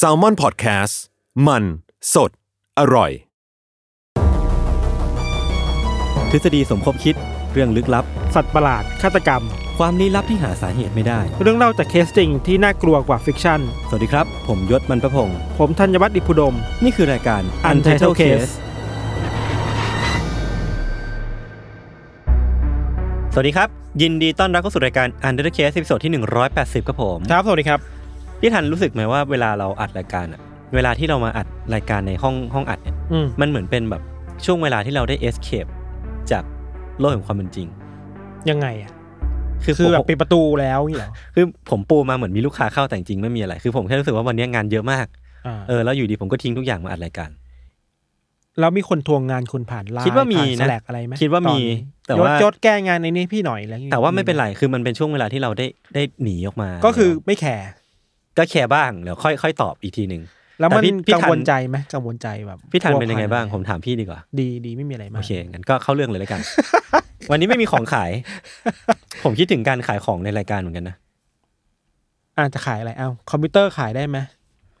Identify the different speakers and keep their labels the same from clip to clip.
Speaker 1: s a l m o n PODCAST มันสดอร่อย
Speaker 2: ทฤษฎีสมคบคิดเรื่องลึกลับ
Speaker 3: สัตว์ประหลาด ฆาตกรรม
Speaker 2: ความลี้ลับที่หาสาเหตุไม่ได้
Speaker 3: เรื่องเล่าจากเคสจริงที่น่ากลัวกว่าฟิกชั่น
Speaker 2: สวัสดีครับ ผมยศมันประพงศ์
Speaker 3: ผมธัญวัฒน์อิพุดม
Speaker 2: นี่คือรายการ
Speaker 3: Untitled Case
Speaker 2: สวัสดีครับ ยินดีต้อนรับเข้าสู่รายการ Untitled Case ตอนที่ 180ครับผม
Speaker 3: ครับ สวัสดีครับ
Speaker 2: พี่ทันรู้สึกไหมว่าเวลาเราอัดรายการอะเวลาที่เรามาอัดรายการในห้องห้องอัดเนี่ย
Speaker 3: อืม
Speaker 2: มันเหมือนเป็นแบบช่วงเวลาที่เราได้ escape จากโลกแห่งความเป็นจริง
Speaker 3: ยังไงอ่ะ
Speaker 2: คือ
Speaker 3: คือ
Speaker 2: ผม
Speaker 3: แบบปิดประตูแล้วอย่างเงี้ยเหรอ
Speaker 2: คือผมปูมาเหมือนมีลูกค้าเข้าแต่จริงๆไม่มีอะไร คือผมแค่รู้สึกว่าวันนี้งานเยอะมาก
Speaker 3: อ่า
Speaker 2: เออแล้วอยู่ดีผมก็ทิ้งทุกอย่างมาอัดรายการ
Speaker 3: แล้วมีคนทวงงานคุณผ่านไลน์
Speaker 2: คิดว่ามี
Speaker 3: แส
Speaker 2: นะ
Speaker 3: ลกอะไรไหม
Speaker 2: คิดว่ามีแต่
Speaker 3: แต่
Speaker 2: ว่า
Speaker 3: ว่าจดแก้งานในนี้พี่หน่อยอะไรอย่งเงี้ย
Speaker 2: แต่ว่าไม่เป็นไร คือมันเป็นช่วงเวลาที่เราได้ได้หนีออกมา
Speaker 3: ก็คือ
Speaker 2: แล้ว
Speaker 3: ไม่แคร์
Speaker 2: ก็แคร์บ้างเดี๋ยวค่อยค่อยตอบอีกทีหนึ่ง
Speaker 3: แล้วมั
Speaker 2: แต่
Speaker 3: น
Speaker 2: พี่พี่
Speaker 3: กัง
Speaker 2: ทัน
Speaker 3: วลใจไหมกังวลใจแบบ
Speaker 2: พี่ทัน
Speaker 3: กลัว
Speaker 2: เป็นยังไงบ้าง
Speaker 3: ผ่
Speaker 2: ผมถามพี่ดีกว่า
Speaker 3: ดีดีไม่มีอะไรมา
Speaker 2: โอก เคงั้นก็เข้าเรื่องเลย แล้วกัน วันนี้ไม่มีของขาย ผมคิดถึงการขายของในรายการเหมือนกันนะ
Speaker 3: อ่าจะขายอะไรเอ้าคอมพิวเตอร์ขายได้ไหม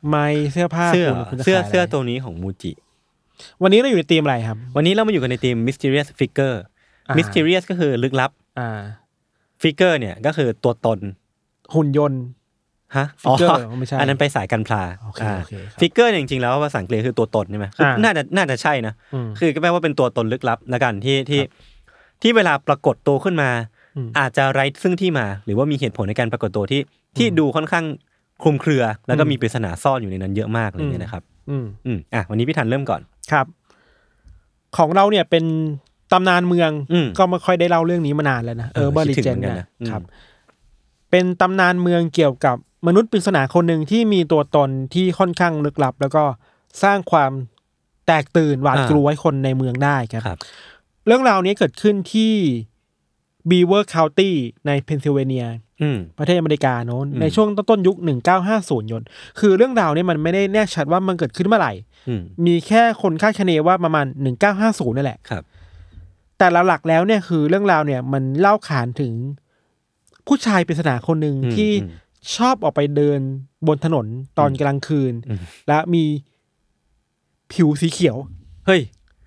Speaker 3: ไม่เสื้อผ้า
Speaker 2: เสื้อ
Speaker 3: คุณคุณจะ
Speaker 2: เสื้อ
Speaker 3: ขายะไร
Speaker 2: เสื้อตัวนี้ของมูจิ
Speaker 3: วันนี้เราอยู่ในธีมอะไรครับ
Speaker 2: วันนี้เรามาอยู่กันในทีม mysterious figure
Speaker 3: อ่า
Speaker 2: mysterious ก็คือลึกลับ
Speaker 3: อ่า
Speaker 2: figure เนี่ยก็คือตัวตน
Speaker 3: หุ่นยนต์
Speaker 2: ฮะ
Speaker 3: Figure
Speaker 2: อ
Speaker 3: ไม่ใช่
Speaker 2: อันนั้นไปสายกันพลา
Speaker 3: โอเคโอเคครับ
Speaker 2: ฟิกเกอร์จริงๆ แล้วภาษาอังกฤษคือตัวตนใช่ไหมคืออา น่าจะน่าจะใช่นะ
Speaker 3: อืม
Speaker 2: คือก็แปลว่าเป็นตัวตนลึกลับละกันที่ที่ที่เวลาปรากฏตัวขึ้นมา
Speaker 3: อืม
Speaker 2: อาจจะไร้ซึ่งที่มา หรือว่ามีเหตุผลในการปรากฏตัวที่ที่ดูค่อนข้างคลุมเครือ แล้วก็มีปริศนาซ่อนอยู่ในนั้นเยอะมากอะไรอย่างเงี้
Speaker 3: อื
Speaker 2: ย
Speaker 3: ม
Speaker 2: นะครับ
Speaker 3: อืม
Speaker 2: อืมอ่ะวันนี้พี่ทันเริ่มก่อน
Speaker 3: ครับ ของเราเนี่ยเป็นตำนานเมือง
Speaker 2: อืม
Speaker 3: ก็ไม่ค่อยได้เล่าเรื่องนี้มานานแล้วนะ
Speaker 2: เอ
Speaker 3: เอ
Speaker 2: อ
Speaker 3: อเบอร์
Speaker 2: คิ
Speaker 3: ลิ
Speaker 2: ดถึง
Speaker 3: เจน
Speaker 2: เหมือนกัน
Speaker 3: นะ
Speaker 2: นะอืม
Speaker 3: ครับ เป็นตำนานเมืองเกี่ยวกับมนุษย์ปริศนาคนหนึ่งที่มีตัวตนที่ค่อนข้างลึกลับ แล้วก็สร้างความแตกตื่นหวาดกลัวให้คนในเมืองได้ครับ
Speaker 2: ครับ
Speaker 3: เรื่องราวนี้เกิดขึ้นที่บีเวอร์คาวตี้ในเพนซิลเวเนีย
Speaker 2: อืม
Speaker 3: ประเทศอเมริกาโน้น
Speaker 2: อืม
Speaker 3: ในช่วงต้นๆยุค 1950ยนต์คือเรื่องราวเนี่ยมันไม่ได้แน่ชัดว่ามันเกิดขึ้นเมื่อไหร่
Speaker 2: อืม
Speaker 3: มีแค่คนคาดคะเนว่าประมาณ 1950นั่นแหละ
Speaker 2: ครับ
Speaker 3: แต่หลักๆแล้วเนี่ยคือเรื่องราวเนี่ยมันเล่าขานถึงผู้ชายปริศนาคนหนึ่ง
Speaker 2: อืม
Speaker 3: ที่
Speaker 2: อืม
Speaker 3: ชอบออกไปเดินบนถนนตอนกลางคืน
Speaker 2: อืม
Speaker 3: และมีผิวสีเขียว
Speaker 2: เฮ้ย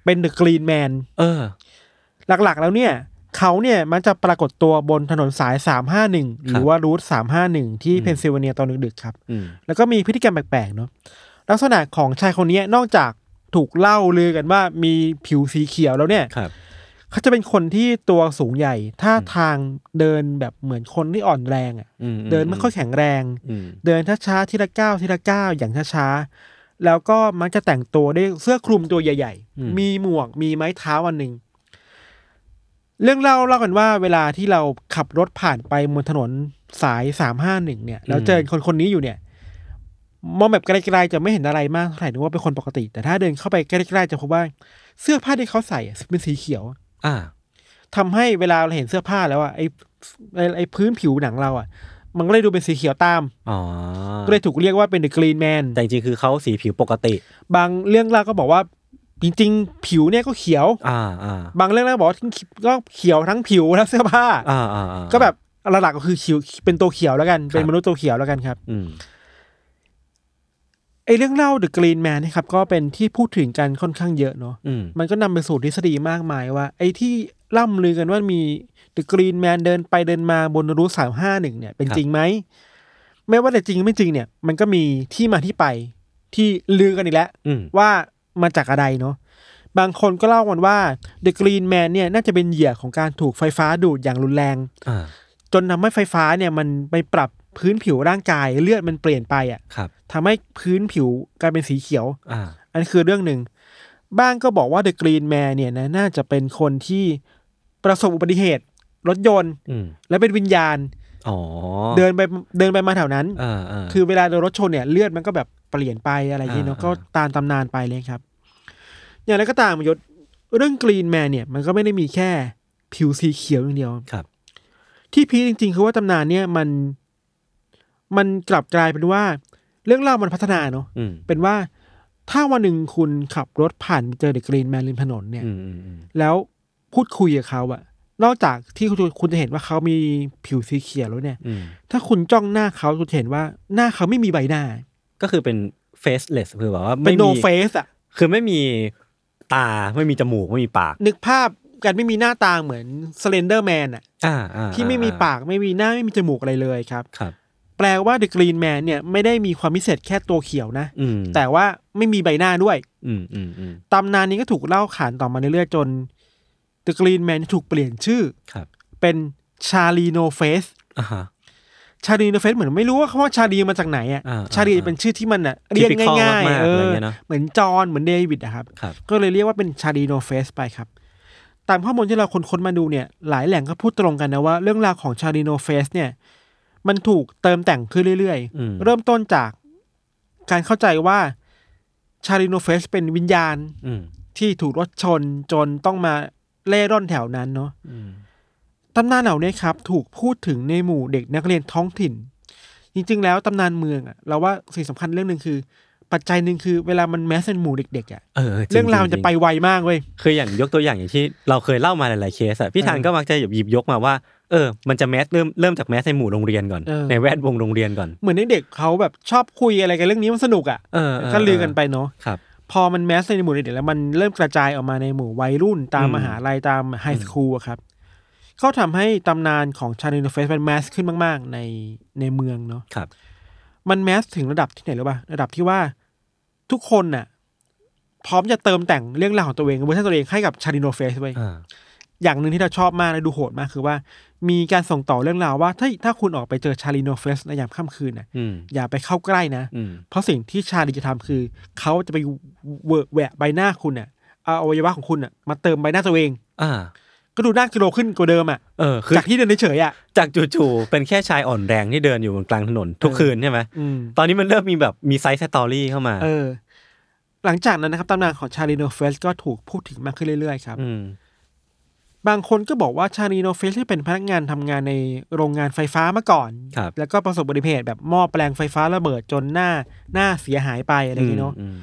Speaker 3: เป็นเดอะกรีนแมน
Speaker 2: เออ
Speaker 3: หลักๆแล้วเนี่ย เขาเนี่ยมันจะปรากฏตัวบนถนนสาย 351 หรือว่ารูท351 ที่
Speaker 2: อืม
Speaker 3: เพนซิลเวเนียตอนดึกๆครับ
Speaker 2: อืม
Speaker 3: แล้วก็มีพฤติกรรมแปลกๆเนาะลักษณะของชายคนเนี้ยนอกจากถูกเล่าลือกันว่ามีผิวสีเขียวแล้วเนี่ย
Speaker 2: ครับ
Speaker 3: เขาจะเป็นคนที่ตัวสูงใหญ่ ท่าทางเดินแบบเหมือนคนที่อ่อนแรงอะ
Speaker 2: อืม
Speaker 3: เดินไม่ค่อยแข็งแรง
Speaker 2: อืม
Speaker 3: เดินช้าๆทีละก้าวทีละก้าวอย่างช้าๆ แล้วก็มักจะแต่งตัวด้วยเสื้อคลุมตัวใหญ่ ๆ มีหมวกมีไม้เท้าอันหนึ่ง เรื่องเล่าเล่ากันว่าเวลาที่เราขับรถผ่านไปบนถนนสายสามห้าหนึ่งเนี่ย แล้วเจอคนคนนี้อยู่เนี่ย มองแบบไกลๆจะไม่เห็นอะไรมากเท่าไหร่นึกว่าเป็นคนปกติ แต่ถ้าเดินเข้าไปใกล้ๆจะพบว่าเสื้อผ้าที่เขาใส่อะเป็นสีเขียว
Speaker 2: อ่า
Speaker 3: ทำให้เวลาเราเห็นเสื้อผ้าแล้วอ่ะไอ้ไอ้ไอ้พื้นผิวหนังเราอ่ะ มันก็เลยดูเป็นสีเขียวตาม
Speaker 2: อ๋อ
Speaker 3: ก็เลยถูกเรียกว่าเป็น The Green Man
Speaker 2: แต่จริงๆคือเขาสีผิวปกติ
Speaker 3: บางเรื่องเล่าก็บอกว่าจริงๆ ผิวเนี่ยก็เขียว
Speaker 2: อ่าอ่า
Speaker 3: บางเรื่องเล่าบอกว่าก็เขียวทั้งผิวและเสื้อผ้า
Speaker 2: อ่าอ่าอ่า
Speaker 3: ก็แบบหลักๆก็คือเขียวเป็นตัวเขียวแล้วกัน เป็น
Speaker 2: ครับ
Speaker 3: มนุษย์ตัวเขียวแล้วกันครับ
Speaker 2: อืม
Speaker 3: ไอ้เรื่องเล่า The Green Man นี่ครับก็เป็นที่พูดถึงกันค่อนข้างเยอะเนาะ
Speaker 2: อืม
Speaker 3: มันก็นำไปสู่ทฤษฎีมากมายว่า ไอ้ที่ล่ำลือกันว่ามีเดอะกรีนแมนเดินไปเดินมาบนรูสามห้าหนึ่งเนี่ย เป็น
Speaker 2: ครับ
Speaker 3: จริงไหม ไม่ว่าแต่จริงไม่จริงเนี่ย มันก็มีที่มาที่ไปที่ลือกันอีกแล้ว
Speaker 2: อืม
Speaker 3: ว่ามาจากอะไรเนาะบางคนก็เล่ากันว่าเดอะกรีนแมนเนี่ยน่าจะเป็นเหยื่อของการถูกไฟฟ้าดูดอย่างรุนแรง
Speaker 2: อ่า
Speaker 3: จนทำให้ไฟฟ้าเนี่ยมันไปปรับพื้นผิวร่างกายเลือดมันเปลี่ยนไปอะ่ะ
Speaker 2: ครับ
Speaker 3: ทำให้พื้นผิวกลายเป็นสีเขียว
Speaker 2: อ่า
Speaker 3: อันนคือเรื่องหนึ่ง บ้างก็บอกว่าเดอะกรีนแมนเนี่ยนะน่าจะเป็นคนที่ประสบอุบัติเหตุ รถยนต์
Speaker 2: อืม
Speaker 3: และเป็นวิญญาณ
Speaker 2: อ๋อ
Speaker 3: เดินไปเดินไปมาแถวนั้น
Speaker 2: อ่าอ่า
Speaker 3: คือเวลาโดนรถชนเนี่ยเลือดมันก็แบบเปลี่ยนไปอะไรอย่างนี้เนาะ
Speaker 2: อ่า
Speaker 3: ก็ตามตำนานไปเลยครับ อย่างไรก็ตามยศเรื่องกรีนแมนเนี่ยมันก็ไม่ได้มีแค่ผิวสีเขียวอย่างเดียว
Speaker 2: ครับ
Speaker 3: ที่พีคจริงๆ คือว่าตำนานเนี่ยมันมันกลับกลายเป็นว่า เรื่องเล่ามันพัฒนาเนาะ
Speaker 2: อืม
Speaker 3: เป็นว่าถ้าวันหนึ่งคุณขับรถผ่านไปเจอเด็กกรีนแมนริมถนนเนี่ย
Speaker 2: อืมอืมอืม
Speaker 3: แล้วพูดคุยกับเขาอะนอกจากที่คุณคุณจะเห็นว่าเขามีผิวสีเขียวแล้วเนี่ย
Speaker 2: อืม
Speaker 3: ถ้าคุณจ้องหน้าเขาคุณจะเห็นว่าหน้าเขาไม่มีใบหน้า
Speaker 2: ก็คือเป็น faceless คือแบบว่า
Speaker 3: เป็
Speaker 2: ไม่
Speaker 3: นโน
Speaker 2: มี
Speaker 3: เฟสอะ
Speaker 2: คือไม่มีตาไม่มีจมูกไม่มีปาก
Speaker 3: นึกภาพกันไม่มีหน้าตาเหมือนสเลนเดอร์แมนอะ
Speaker 2: อ่าอ่า
Speaker 3: ที่ไม่มี
Speaker 2: อ่
Speaker 3: ปากไม่มีหน้าไม่มีจมูกอะไรเลยครับ
Speaker 2: ครับ
Speaker 3: แปลว่าเดอะกรีนแมนเนี่ยไม่ได้มีความพิเศษแค่ตัวเขียวนะ
Speaker 2: อืม
Speaker 3: แต่ว่าไม่มีใบหน้าด้วย
Speaker 2: อืมอืมอืม
Speaker 3: ตำนานนี้ก็ถูกเล่าขานต่อมาเรื่อยๆจนเดอะกรีนแมนถูกเปลี่ยนชื่อ
Speaker 2: ครับ
Speaker 3: เป็นชาลีโนเฟส
Speaker 2: อ่าฮะ
Speaker 3: ชาลีโนเฟสเหมือนไม่รู้ว่าคำว่าชาลีมาจากไหนอ่ะ
Speaker 2: อ่า
Speaker 3: ชาลี
Speaker 2: อ่า
Speaker 3: เป็นชื่อที่มันอ่ะเรียก
Speaker 2: Typical
Speaker 3: ง่าย
Speaker 2: มาก
Speaker 3: ๆ
Speaker 2: ๆ
Speaker 3: เอ
Speaker 2: อะไร
Speaker 3: อ
Speaker 2: เงี้ยเนอะ
Speaker 3: เหมือนจอห์นเหมือนเดวิดอะครับ
Speaker 2: ครับ
Speaker 3: ก็เลยเรียกว่าเป็นชาลีโนเฟสไปครับ ตามข้อมูลที่เราค้นๆมาดูเนี่ย หลายแหล่งก็พูดตรงกันนะว่าเรื่องราวของชาลีโนเฟสเนี่ย มันถูกเติมแต่งขึ้นเรื่อย
Speaker 2: อืม
Speaker 3: เริ่มต้นจากการเข้าใจว่าชาลีโนเฟสเป็นวิญญาณ
Speaker 2: อืม
Speaker 3: ที่ถูกรถชนจนต้องมาเล่ร่อนแถวนั้นเนาะ
Speaker 2: อืม
Speaker 3: ตำนานเหล่านี้ครับ ถูกพูดถึงในหมู่เด็กนักเรียนท้องถิ่น จริง ๆ แล้วตำนานเมืองอะเราว่าสิ่งสำคัญเรื่องหนึ่งคือ ปัจจัยหนึ่งคือเวลามันแมสในหมู่เด็กๆอะ
Speaker 2: เออจ
Speaker 3: เรื่องราวมันจะไป
Speaker 2: จ
Speaker 3: ไวมากเว้ย
Speaker 2: คืออย่างยกตัวอย่างอย่างที่เราเคยเล่ามาหลายๆเคสอะพี่ทาน
Speaker 3: เออ
Speaker 2: ก็มักจะหยิบยกมาว่าเออมันจะแมสเริ่มเริ่มจากแมสในหมู่โรงเรียนก่อน
Speaker 3: เออ
Speaker 2: ในแวดวงโรงเรียนก่อน
Speaker 3: เหมือนเด็กๆเขาแบบชอบคุยอะไรกันเรื่องนี้มันสนุกอะ
Speaker 2: เออเออ
Speaker 3: ก็ลือกันไปเนาะ
Speaker 2: ครับ
Speaker 3: พอมันแมสในหมู่เด็กๆแล้วมันเริ่มกระจายออกมาในหมู่วัยรุ่นตาม
Speaker 2: อืม
Speaker 3: มหาลัยตามไฮสคูลอะครับก็ทำให้ตำนานของชาลีโนเฟสมันแมสขึ้นมากๆ ในในเมืองเนาะ
Speaker 2: ครับ
Speaker 3: มันแมสถึงระดับที่ไหนหรือป่ะระดับที่ว่าทุกคนน่ะ พร้อมจะเติมแต่งเรื่องราวของตัวเองเวอร์ชันตัวเองให้กับชาดิโนเฟสไว้ย
Speaker 2: อ่า
Speaker 3: อย่างหนึ่งที่เราชอบมากและดูโหดมากคือว่า มีการส่งต่อเรื่องราวว่า ถ้าถ้าคุณออกไปเจอชาลิโนเฟสในยามค่ำคืนน่ะ
Speaker 2: อืม
Speaker 3: อย่าไปเข้าใกล้นะ
Speaker 2: อืม
Speaker 3: เพราะสิ่งที่ชาลีจะทำคือ เขาจะไปเวอะแหวะใบหน้าคุณน่ะเอาอวัยวะของคุณน่ะมาเติมใบหน้าตัวเอง
Speaker 2: อ่า
Speaker 3: ก็ดูน่ากิโลขึ้นกว่าเดิมอ่ะ
Speaker 2: เออคือ
Speaker 3: จากที่เดินเฉยๆอ่ะ
Speaker 2: จากจู่ๆเป็นแค่ชายอ่อนแรงที่เดินอยู่บนกลางถนนทุกคืนใช่ไหม
Speaker 3: อืม
Speaker 2: ตอนนี้มันเริ่มมีแบบมีไซส์สตอรี่เข้ามา
Speaker 3: เออ หลังจากนั้นนะครับตำนานของชาลีโนเฟสก็ถูกพูดถึงมากขึ้นเรื่อยๆครับ
Speaker 2: อืม
Speaker 3: บางคนก็บอกว่าชาลีโนเฟสที่เป็นพนักงานทำงานในโรงงานไฟฟ้ามาก่อน
Speaker 2: ครับ
Speaker 3: แล้วก็ประสบอุบัติเหตุแบบหม้อแปลงไฟฟ้าระเบิดจนหน้าหน้าเสียหายไปอะไรอย่างเงี้ยเนาะ
Speaker 2: อืม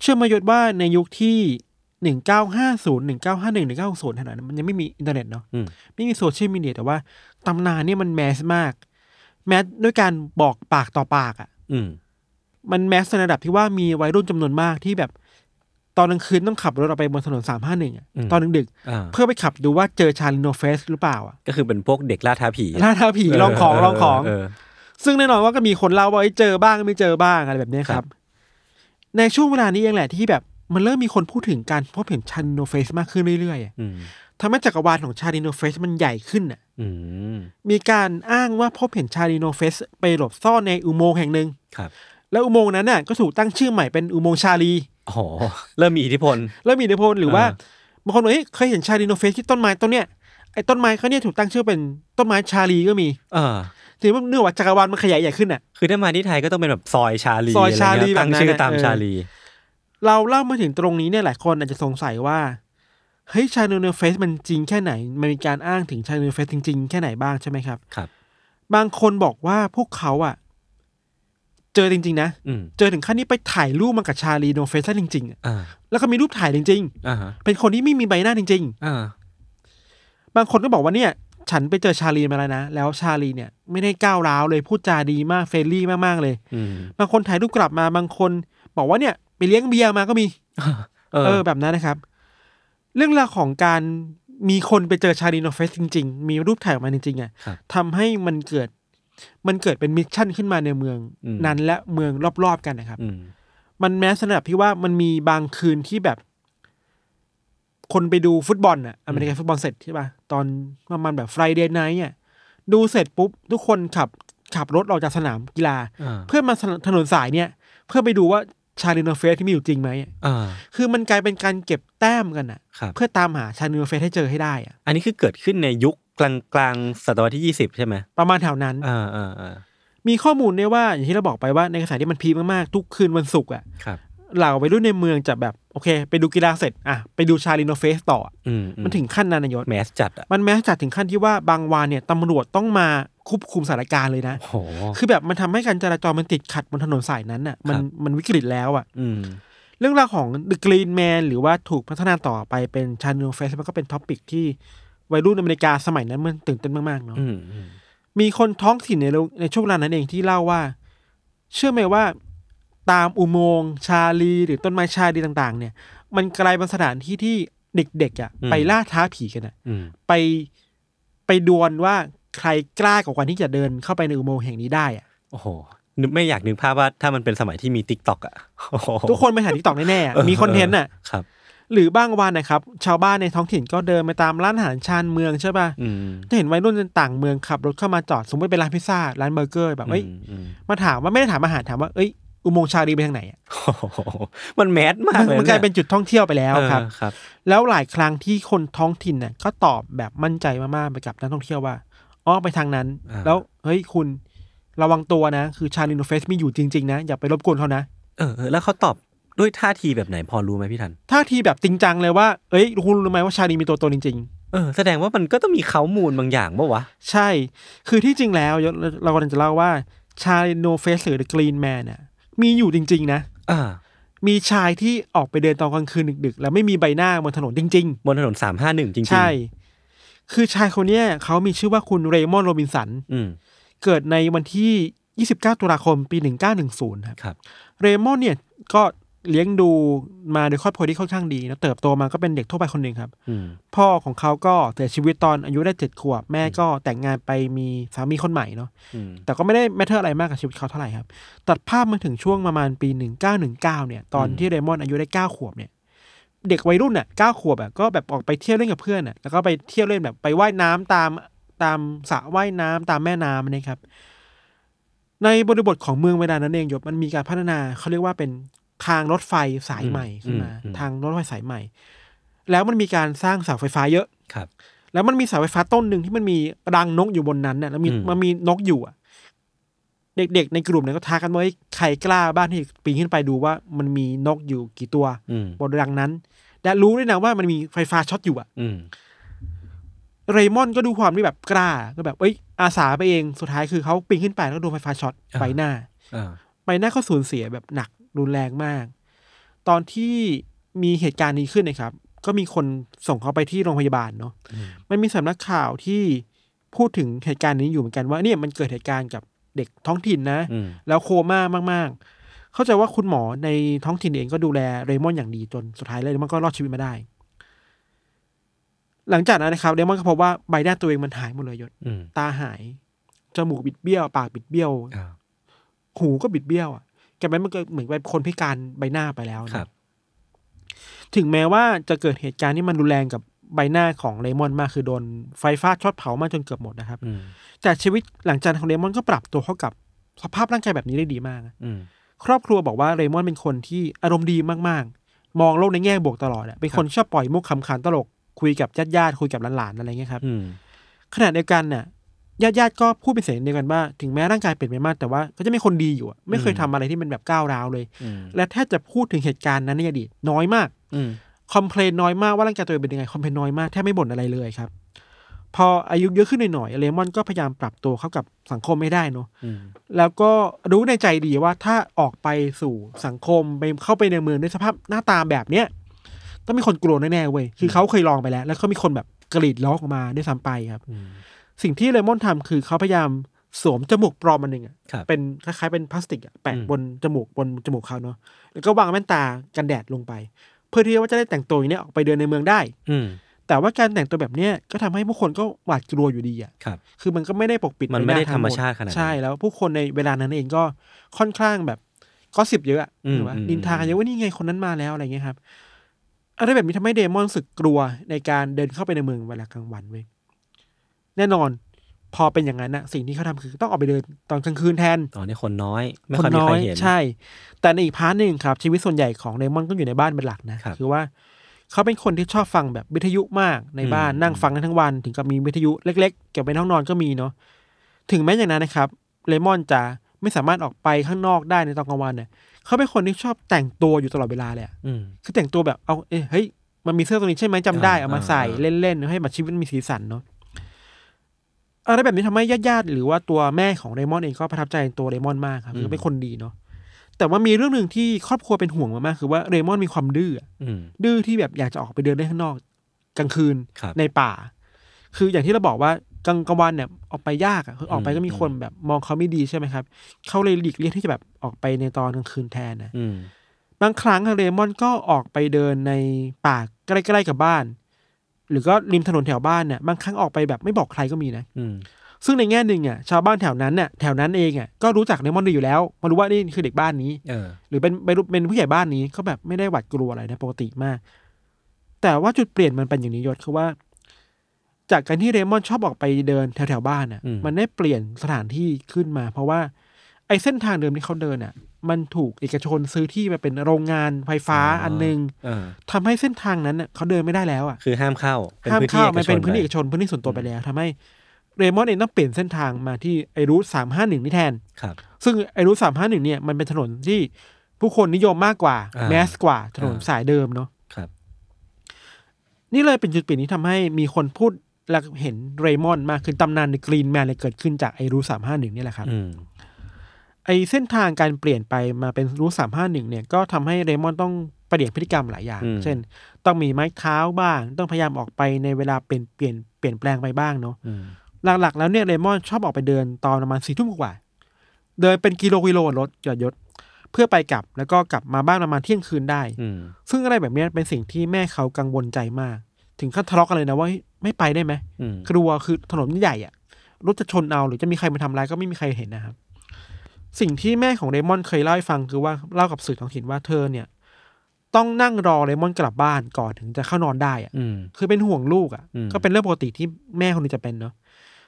Speaker 3: เชื่อมายศว่าในยุคที่ 1950 1951 1960ขนาดนั้นมันยังไม่มีอินเทอร์เน็ตเนาะ
Speaker 2: อืม
Speaker 3: ไม่มีโซเชียลมีเดียแต่ว่าตำนานเนี่ยมันแมสมาก แมสด้วยการบอกปากต่อปากอ่ะ
Speaker 2: อืม
Speaker 3: มันแมสในระดับที่ว่ามีวัยรุ่นจำนวนมากที่แบบ ตอนกลางคืนต้องขับรถออกไปบนถนนสามห้าหนึ่ง
Speaker 2: อืม
Speaker 3: ตอนดึก
Speaker 2: อ่า
Speaker 3: ๆเพื่อไปขับดูว่าเจอชาลิโนเฟสหรือเปล่าอ่ะ
Speaker 2: ก็คือเป็นพวกเด็กล่าท้าผี
Speaker 3: ล่าท้าผี
Speaker 2: เ
Speaker 3: ลองของ
Speaker 2: เล
Speaker 3: องของ
Speaker 2: เอ
Speaker 3: ซึ่งแน่นอนว่าก็มีคนเล่าว่าเอ้ยเจอบ้างไม่เจอบ้างอะไรแบบเนี้ยค
Speaker 2: ครั
Speaker 3: รับ
Speaker 2: บ
Speaker 3: ในช่วงเวลานี้เองแหละที่แบบมันเริ่มมีคนพูดถึงการพบเห็นชาลิโนเฟสมากขึ้นเรื่อยๆอะ
Speaker 2: อืม
Speaker 3: ทำให้จักรวาลของชาลิโนเฟสมันใหญ่ขึ้นอ่ะ
Speaker 2: อืม
Speaker 3: มีการอ้างว่าพบเห็นชาลิโนเฟสไปหลบซ่อนในอุโมงค์แห่งหนึ่ง
Speaker 2: ครับ
Speaker 3: แล้วอุโมงค์นั้นน่ะก็ถูกตั้งชื่อใหม่เป็นอุโมงค์ชาลี
Speaker 2: โอ้โหเริ่มมีอิทธิพล
Speaker 3: แล้วมีอิทธิพลหรือ
Speaker 2: เออ
Speaker 3: ว่าบางคนบอกเฮ้ยเคยเห็นชาลีโนเฟสที่ต้นไม้ต้นเนี้ยไอ้ต้นไม้เขาเนี่ยถูกตั้งชื่อเป็นต้นไม้ชาลีก็มี
Speaker 2: เออ
Speaker 3: ถือว่าเนื่องว่าจักรวาลมันขยายใหญ่ขึ้นอ่ะ
Speaker 2: คือถ้ามาที่ไทยก็ต้องเป็นแบบซอยชาลี
Speaker 3: ซอยชาลี
Speaker 2: ะไรเงี้ตั้ง
Speaker 3: แบบนั้น
Speaker 2: ชื่อ
Speaker 3: น่ะ
Speaker 2: ตาม
Speaker 3: เออ
Speaker 2: ชาลี
Speaker 3: เราเล่ามาถึงตรงนี้เนี่ยหลายคนอาจจะสงสัยว่าเฮ้ยชาลีโนเฟสมันจริงแค่ไหน มันมีการอ้างถึงชาลีโนเฟสจริง ๆ แค่ไหนบ้างใช่ไหมครับ
Speaker 2: ครับ
Speaker 3: บางคนบอกว่าพวกเขาอ่ะ เจอจริง ๆ นะ
Speaker 2: อืม
Speaker 3: เจอถึงขั้นนี้ไปถ่ายรูปมากับชาลีโนเฟสได้จริงๆอะ
Speaker 2: อ่า
Speaker 3: แล้วก็มีรูปถ่ายจริง
Speaker 2: อ่าฮะ
Speaker 3: ๆ เป็นคนที่ไม่มีใบหน้าจริง ๆ
Speaker 2: อ่า
Speaker 3: บางคนก็บอกว่าเนี่ย ฉันไปเจอชาลีมาแล้วนะ แล้วชาลีเนี่ยไม่ได้ก้าวร้าวเลยพูดจาดีมากเฟรนลี่มาก ๆ เลย
Speaker 2: อืม
Speaker 3: บางคนถ่ายรูปกลับมาบางคน บอกว่าเนี่ยไปเลี้ยงเบียร์มาก็มี
Speaker 2: เอ
Speaker 3: เออ
Speaker 2: อ
Speaker 3: แบบนั้นนะครับ เรื่องราวของการมีคนไปเจอชาลีโนเฟสจริง ๆ มีรูปถ่ายออกมาจริงๆอะ
Speaker 2: ครับ
Speaker 3: ทำให้มันเกิด มันเกิดเป็นมิชชั่นขึ้นมาในเมือง
Speaker 2: อืม
Speaker 3: นั้นและเมืองรอบๆกันนะครับ
Speaker 2: อืม
Speaker 3: มันแม้สนับที่ว่ามันมีบางคืนที่แบบ คนไปดูฟุตบอลอะอเมริกันฟุตบอลเสร็จใช่ป่ะ ตอนประมาณแบบไฟเดย์ไนท์เนี่ยดูเสร็จปุ๊บ ทุกคนขับขับรถออกจากสนามกีฬา
Speaker 2: อ่า
Speaker 3: เพื่อมาถนนสายเนี่ย เพื่อไปดูว่าชาลิโนเฟสที่มีอยู่จริงไหมอะ
Speaker 2: อ่า
Speaker 3: คือมันกลายเป็นการเก็บแต้มกันอะ
Speaker 2: ครับ
Speaker 3: เพื่อตามหาชาลิโนเฟสให้เจอให้ได้อะ
Speaker 2: อันนี้คือเกิดขึ้นในยุค กลางกลางศตวรรษที่ยี่สิบใช่ไหม
Speaker 3: ประมาณแถวนั้น
Speaker 2: อ่าอ่าอ่า
Speaker 3: มีข้อมูลด้วยว่าอย่างที่เราบอกไปว่าในกระแสที่มันพีคมากๆ ทุกคืนวันศุกร์อ่ะ
Speaker 2: ครับ
Speaker 3: เหล่าวัยรุ่นในเมืองจะแบบโอเค ไปดูกีฬาเสร็จอ่ะไปดูชาลิโนเฟสต่ออะ
Speaker 2: อืม
Speaker 3: มันถึงขั้นนั้นนายศ
Speaker 2: แมสจัดอ่ะ
Speaker 3: มันแม้จัดถึงขั้นที่ว่าบางวันเนี่ยตำรวจต้องมาควบคุมสถานการณ์เลยนะ
Speaker 2: โห
Speaker 3: คือแบบมันทำให้การจราจรมันติดขัดบนถนนสายนั้นอ่ะมัน
Speaker 2: ครับ
Speaker 3: มันวิกฤตแล้วอ่ะ
Speaker 2: อืม
Speaker 3: เรื่องราวของ The Green Man หรือว่าถูกพัฒนาต่อไปเป็นชาโนเฟสมันก็เป็นท็อปิกที่วัยรุ่นอเมริกาสมัยนั้นมันตื่นเต้นมากๆเนาะ
Speaker 2: อืมอืม
Speaker 3: มีคนท้องถิ่นในโรงในช่วงเวลานั้นเองที่เล่าว่า เชื่อไหมว่าตามอุโมงค์ชาลีหรือต้นไม้ชาลีต่างๆ เนี่ย มันกลายเป็นสถานที่ที่เด็กๆอะ่ะไปล่าท้าผีกันอะ่ะ
Speaker 2: อืม
Speaker 3: ไปไปดวลว่าใครกล้ากว่าคนที่จะเดินเข้าไปในอุโมงค์แห่งนี้ได้อะ่ะ
Speaker 2: โอ้โห นึกไม่อยากนึกภาพว่าถ้ามันเป็นสมัยที่มีติ๊กต็อกอ่ะโอ้โห
Speaker 3: ทุกคนไปถ่ายทิกตอกแน่ๆอะ
Speaker 2: เ
Speaker 3: มีคอนเทนต์อ่ะ
Speaker 2: ครับ
Speaker 3: หรือบางวันนะครับ ชาวบ้านในท้องถิ่นก็เดินไปตามร้านอาหารชานเมืองใช่ป่ะ
Speaker 2: อืม
Speaker 3: จะเห็นวัยรุ่นต่างเมืองขับรถเข้ามาจอดสมมติเป็นร้านพิซซ่าร้านเบอร์เกอร์แบบเอ้ย
Speaker 2: มอืม
Speaker 3: มาถามว่าไม่ได้ถามอาหารถามว่าเอ้ยอุโมงค์ชาลีไปทางไหนอะ
Speaker 2: โอ้โหมันแมสมากเลย
Speaker 3: มันกลายเป็นจุดท่องเที่ยวไปแล้วครับ
Speaker 2: เออครับ
Speaker 3: แล้วหลายครั้งที่คนท้องถิ่นน่ะก็ตอบแบบมั่นใจมากๆไปกับนักท่องเที่ยวว่าอ๋อไปทางนั้น
Speaker 2: อ่า
Speaker 3: แล้วเฮ้ยคุณระวังตัวนะ คือชาลีโนเฟสมีอยู่จริง ๆ นะ อย่าไปรบกวนเขานะ
Speaker 2: เออเออแล้วเขาตอบด้วยท่าทีแบบไหนพอรู้ไหมพี่ทัน
Speaker 3: ท่าทีแบบจริงจังเลยว่าเอ้ยคุณรู้ไหมว่าชาลีมีตัวตนจริง
Speaker 2: เออแสดงว่ามันก็ต้องมีข้อมูลบางอย่างปะวะ
Speaker 3: ๆ ใช่ คือที่จริงแล้วเรากำลังจะเล่าว่าชาลีโนเฟสหรือ The Green Man น่ะมีอยู่จริง ๆ นะ
Speaker 2: อ่า
Speaker 3: มีชายที่ออกไปเดินตอนกลางคืนดึกๆ แล้วไม่มีใบหน้าบนถนนจริง ๆ
Speaker 2: บนถนนสามห้าหนึ่งจริงๆ
Speaker 3: ใช่ คือชายคนเนี้ยเขามีชื่อว่าคุณเรมอนโรบินสัน
Speaker 2: อืม
Speaker 3: เกิดในวันที่ 29 ตุลาคมปี 1910 ครับ
Speaker 2: ครับ
Speaker 3: เรมอนเนี่ยก็เลี้ยงดูมาโดยครอบครัวที่ค่อนข้างดีนะ เติบโตมาก็เป็นเด็กทั่วไปคนหนึ่งครับ
Speaker 2: อืม
Speaker 3: พ่อของเขาก็เสียชีวิตตอนอายุได้เจ็ดขวบ แม่ก็แต่งงานไปมีสามีคนใหม่เนาะ
Speaker 2: อืม
Speaker 3: แต่ก็ไม่ได้แมทเทอร์อะไรมากกับชีวิตเขาเท่าไหร่ครับ ตัดภาพมาถึงช่วงประมาณปี 1919 เนี่ย ตอนที่เรมอนอายุได้ 9 ขวบเนี่ย เด็กวัยรุ่นน่ะ 9 ขวบอ่ะก็แบบออกไปเที่ยวเล่นกับเพื่อนน่ะ แล้วก็ไปเที่ยวเล่นแบบไปว่ายน้ำตามตามสระว่ายน้ำตามแม่น้ำนะครับ ในบริบทของเมืองเวลานั้นเองยศมันมีการพัฒนาเขาเรียกว่าเป็นทางรถไฟสายใหม่ขึ้นมา
Speaker 2: อืมอืม
Speaker 3: ทางรถไฟสายใหม่ แล้วมันมีการสร้างเสาไฟฟ้าเยอะ
Speaker 2: ครับ
Speaker 3: แล้วมันมีเสาไฟฟ้าต้นหนึ่งที่มันมีรังนกอยู่บนนั้นน่ะแล้วมี
Speaker 2: อืม
Speaker 3: มันมีนกอยู่อะเด็กๆ ในกลุ่มนั้นก็ท้ากันว่าเฮ้ยใครกล้าบ้านที่ปีนขึ้นไปดูว่ามันมีนกอยู่กี่ตัว
Speaker 2: อืม
Speaker 3: บนรังนั้น และรู้ด้วยนะว่ามันมีไฟฟ้าช็อตอยู่อะ
Speaker 2: อืม
Speaker 3: เรมอนก็ดูความที่แบบกล้าก็แบบเอ้ยอาสาไปเองสุดท้ายคือเขาปีนขึ้นไปแล้วก็โดนไฟฟ้าช็อต
Speaker 2: อ่า
Speaker 3: ใบหน้า
Speaker 2: อ่า
Speaker 3: ใบหน้าเขาสูญเสียแบบหนักรุนแรงมาก ตอนที่มีเหตุการณ์นี้ขึ้นนะครับ ก็มีคนส่งเขาไปที่โรงพยาบาลเนาะ
Speaker 2: อืม
Speaker 3: มันมีสำนักข่าวที่พูดถึงเหตุการณ์นี้อยู่เหมือนกันว่าเนี่ยมันเกิดเหตุการณ์กับเด็กท้องถิ่นนะ
Speaker 2: อืม
Speaker 3: แล้วโคม่ามาก ๆ เข้าใจว่าคุณหมอในท้องถิ่นเองก็ดูแลเรมอนอย่างดีจนสุดท้ายเรมอนก็รอดชีวิตมาได้ หลังจากนั้นนะครับเรมอนก็พบว่าใบหน้าตัวเองมันหายหมดเลยยศ
Speaker 2: อืม
Speaker 3: ตาหาย จมูกบิดเบี้ยว ปากบิดเบี้ยว
Speaker 2: อ่า
Speaker 3: หูก็บิดเบี้ยวอ่ะแกมันก็เหมือนเป็นคนพิการใบหน้าไปแล้วนะครับ ถึงแม้ว่าจะเกิดเหตุการณ์ที่มันรุนแรงกับใบหน้าของเลมอนมากคือโดนไฟฟ้าช็อตเผามาจนเกือบหมดนะครับ
Speaker 2: อืม
Speaker 3: แต่ชีวิตหลังจากนั้นของเลมอนก็ปรับตัวเข้ากับสภาพร่างกายแบบนี้ได้ดีมากนะ
Speaker 2: อืม
Speaker 3: ครอบครัวบอกว่าเลมอนเป็นคนที่อารมณ์ดีมากๆ มองโลกในแง่บวกตลอดอะเป็นคนชอบปล่อยมุกคำขันตลกคุยกับญาติญาติๆคุยกับหลานๆอะไรเงี้ยครับ
Speaker 2: อืม
Speaker 3: ขณะเดียวกันน่ะญาติๆก็พูดเป็นเสียงเดียวกันว่า ถึงแม้ร่างกายเปลี่ยนไปมากแต่ว่าก็จะไม่คนดีอยู่อะไม่เคย
Speaker 2: อืม
Speaker 3: ทำอะไรที่มันแบบก้าวร้าวเลย
Speaker 2: อืม
Speaker 3: และแทบจะพูดถึงเหตุการณ์นั้นในอดีตน้อยมาก
Speaker 2: อืม
Speaker 3: คอมเพลนน้อยมากว่าร่างกายตัวเองเป็นยังไง คอมเพลนน้อยมากแทบไม่บ่นอะไรเลยครับ พออายุเยอะขึ้นหน่อยๆเลมอนก็พยายามปรับตัวเข้ากับสังคมไม่ได้เนอะ
Speaker 2: อืม
Speaker 3: แล้วก็รู้ในใจดีว่าถ้าออกไปสู่สังคมไปเข้าไปในเมืองด้วยสภาพหน้าตาแบบเนี้ยต้องมีคนกลัวแน่ๆเว้ยคือเขาเคยลองไปแล้ว แล้วก็มีคนแบบกรีดร้องออกมาด้วยซ้ำไปครับ
Speaker 2: อืม
Speaker 3: สิ่งที่เลมอนทำคือเขาพยายามสวมจมูกปลอมอันหนึ่งอะ
Speaker 2: ครับ
Speaker 3: เป็นคล้ายๆเป็นพลาสติกอะแปะ
Speaker 2: อืม
Speaker 3: บนจมูกบนจมูกเขาเนาะแล้วก็วางแว่นตากันแดดลงไป เพื่อที่ว่าจะได้แต่งตัวอย่างเนี้ยออกไปเดินในเมืองได้
Speaker 2: อืม
Speaker 3: แต่ว่าการแต่งตัวแบบเนี้ยก็ทำให้ผู้คนก็หวาดกลัวอยู่ดีอะ
Speaker 2: ครับ
Speaker 3: คือมันก็ไม่ได้ปกปิด
Speaker 2: มันไม่ได้
Speaker 3: ให
Speaker 2: ธรรมชาติขนาดนั้น
Speaker 3: ใช่แล้วผู้คนในเวลานั้นเองก็ค่อนข้างแบบก็สิบเยอะอะ
Speaker 2: อืม
Speaker 3: หรือว่า
Speaker 2: อืม
Speaker 3: นินทากันเยอะว่านี่ไงคนนั้นมาแล้วอะไรเงี้ยครับอะไรแบบนี้ทำให้เดมอนรู้สึกกลัวในการเดินเข้าไปในเมืองเวลากลางวันเว้ย แน่นอน พอเป็นอย่างนั้นนะสิ่งที่เขาทำคือต้องออกไปเดินตอนกลางคืนแทน
Speaker 2: ตอนนี้คนน้อย ไม่
Speaker 3: คน
Speaker 2: ค่อยมี
Speaker 3: น้
Speaker 2: ใค
Speaker 3: อ
Speaker 2: ร
Speaker 3: ย
Speaker 2: เห็น
Speaker 3: ใช่ แต่ในอีกพาร์ทหนึ่งครับ ชีวิตส่วนใหญ่ของเดมอนก็อยู่ในบ้านเป็นหลักนะครับ คือว่า เขาเป็นคนที่ชอบฟังแบบวิทยุมากในบ้าน
Speaker 2: อืม
Speaker 3: นั่งฟังกันทั้งวัน ถึงกับมีวิทยุเล็ก ๆ เก็บไว้ในห้องนอนก็มีเนาะถึงแม้อย่างนั้นนะครับเลมอนจะไม่สามารถออกไปข้างนอกได้ในตอนกลางวันเนี่ยเขาเป็นคนที่ชอบแต่งตัวอยู่ตลอดเวลาเลยอะ
Speaker 2: อืม
Speaker 3: คือแต่งตัวแบบเอาเอ้ยเฮ้ยมันมีเสื้อตัวนี้ใช่ไหมจำได้
Speaker 2: อ่า
Speaker 3: เอามาใส่
Speaker 2: อ่า
Speaker 3: เล่นๆให้มันชีวิตมันมีสีสันเนาะอะไรแบบนี้ทำให้ญาติๆหรือว่าตัวแม่ของเรมอนเองก็ประทับใจในตัวเรมอนมากครับคือเป็นคนดีเนาะแต่ว่ามีเรื่องหนึ่งที่ครอบครัวเป็นห่วงมากๆคือว่าเรมอนมีความดื้ออะ
Speaker 2: อืม
Speaker 3: ดื้อที่แบบอยากจะออกไปเดินเล่นข้างนอก กลางคืน
Speaker 2: ครับ
Speaker 3: ในป่า คืออย่างที่เราบอกว่ากลางกลางวันเนี่ยออกไปยากอะคือออกไปก็มีคนแบบมองเขาไม่ดีใช่ไหมครับเขาเลยหลีกเลี่ยงที่จะแบบออกไปในตอนกลางคืนแทนนะ
Speaker 2: อืม
Speaker 3: บางครั้งอะเรมอนก็ออกไปเดินในป่าใกล้ๆกับบ้าน หรือก็ริมถนนแถวบ้านเนี่ยบางครั้งออกไปแบบไม่บอกใครก็มีนะ
Speaker 2: อืม
Speaker 3: ซึ่งในแง่หนึ่งอ่ะชาวบ้านแถวนั้นเนี่ยแถวนั้นเองอ่ะก็รู้จักเรมอนดีอยู่แล้วมารู้ว่านี่คือเด็กบ้านนี้
Speaker 2: เออ
Speaker 3: หรือเป็นเป็นเป็นผู้ใหญ่บ้านนี้ก็แบบไม่ได้หวัดกลัวอะไรนะปกติมาก แต่ว่าจุดเปลี่ยนมันเป็นอย่างนี้ยศคือว่า จากการที่เรมอนชอบออกไปเดินแถวแถวๆบ้านอ่ะ
Speaker 2: อืม
Speaker 3: มันได้เปลี่ยนสถานที่ขึ้นมา เพราะว่า ไอ้เส้นทางเดิมที่เขาเดินอ่ะ มันถูกเอกชนซื้อที่มาเป็นโรงงานไฟฟ้าอันหนึ่ง
Speaker 2: เออ
Speaker 3: ทำให้เส้นทางนั้นน่ะเขาเดินไม่ได้แล้วอ่ะ
Speaker 2: คือห้ามเข้า
Speaker 3: ห้ามเข้ามันเป็น
Speaker 2: ไ
Speaker 3: พื้นที่เอกชนพื้นที่ส่วนตัวไปแล้วทำให้เรมอนเองต้องเปลี่ยนเส้นทางมาที่ไอรูทสามห้าหนึ่งนี่แทน
Speaker 2: ครับ
Speaker 3: ซึ่งไอรูสามห้าหนึ่งเนี่ยมันเป็นถนนที่ผู้คนนิยมมากกว่า
Speaker 2: อ่า
Speaker 3: แมสกว่าถนน
Speaker 2: อ่า
Speaker 3: สายเดิมเนาะ
Speaker 2: ครับ
Speaker 3: นี่เลยเป็นจุดเปลี่ยนที่ทำให้มีคนพูดและเห็นเรมอนมากขึ้นตำนานในกรีนแมนเลยเกิดขึ้นจากไอรูสามห้าหนึ่งนี่ยแหละครับ
Speaker 2: อืม
Speaker 3: ไอเส้นทางการเปลี่ยนไปมาเป็นรูสามห้าหนึ่งเนี่ยก็ทำให้เรมอนต้องเปลี่ยนพฤติกรรมหลายอย่าง
Speaker 2: อืม
Speaker 3: เช่น ต้องมีไม้เท้าบ้าง ต้องพยายามออกไปในเวลาเปลี่ยนเปลี่ยนเปลี่ยนแปลงไปบ้างเนาะ
Speaker 2: อืม
Speaker 3: หลักๆ แล้วเนี่ยเรมอนชอบออกไปเดินตอนประมาณสี่ทุ่มกว่า เดินเป็นกิโลกิโลรถจอดยศ เพื่อไปกลับแล้วก็กลับมาบ้านประมาณเที่ยงคืนได้
Speaker 2: อืม
Speaker 3: ซึ่งอะไรแบบเนี้ยเป็นสิ่งที่แม่เขากังวลใจมาก ถึงขั้นทะเลาะกันเลยนะว่าเฮ้ยไม่ไปได้ไหม
Speaker 2: อืม
Speaker 3: กลัวคือถนนใหญ่อะรถจะชนเอาหรือจะมีใครมาทำร้ายก็ไม่มีใครเห็นนะครับ สิ่งที่แม่ของเรมอนเคยเล่าให้ฟังคือว่าเล่ากับสื่อท้องถิ่นว่าเธอเนี่ย ต้องนั่งรอเรมอนกลับบ้านก่อนถึงจะเข้านอนได้อะ
Speaker 2: อืม
Speaker 3: คือเป็นห่วงลูกอะ่ะ
Speaker 2: อืม
Speaker 3: ก็เป็นเรื่องปกติที่แม่คนหนึงจะเป็นเนาะ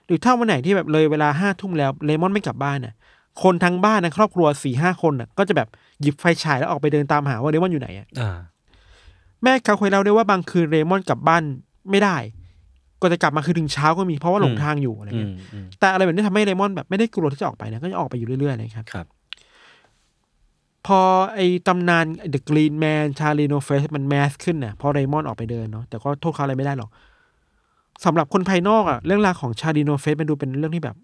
Speaker 3: หรือถ้าวันไหนที่แบบเลยเวลาห้าทุ่มแล้วเลมอนไม่กลับบ้านน่ะ คนทั้งบ้านนะครอบครัวสี่ห้าคนน่ะก็จะแบบหยิบไฟฉายแล้วออกไปเดินตามหาว่าเลมอนอยู่ไหนอะ
Speaker 2: อ่า
Speaker 3: แม่เขาเคยเล่าด้วยว่าบางคืนเลมอนกลับบ้านไม่ได้ ก็จะกลับมาคือถึงเช้าก็มีเพราะว่าหลง
Speaker 2: อืม
Speaker 3: ทางอยู่อะไร
Speaker 2: อื
Speaker 3: เงี้ย
Speaker 2: มอืม
Speaker 3: แต่อะไรแบบนี้ทำให้เลมอนแบบไม่ได้กลัวที่จะออกไปนะก็จะออกไปอยู่เรื่อยๆเลยครับ
Speaker 2: ครับ
Speaker 3: พอไอ้ตำนาน The Green Man ชาลีโนเฟสมันแมสขึ้นน่ะเพราะเรมอนออกไปเดินเนาะแต่ก็โทษเขาอะไรไม่ได้หรอกสำหรับคนภายนอกอะเรื่องราวของชาลีโนเฟสมันดูเป็นเรื่องที่แบบ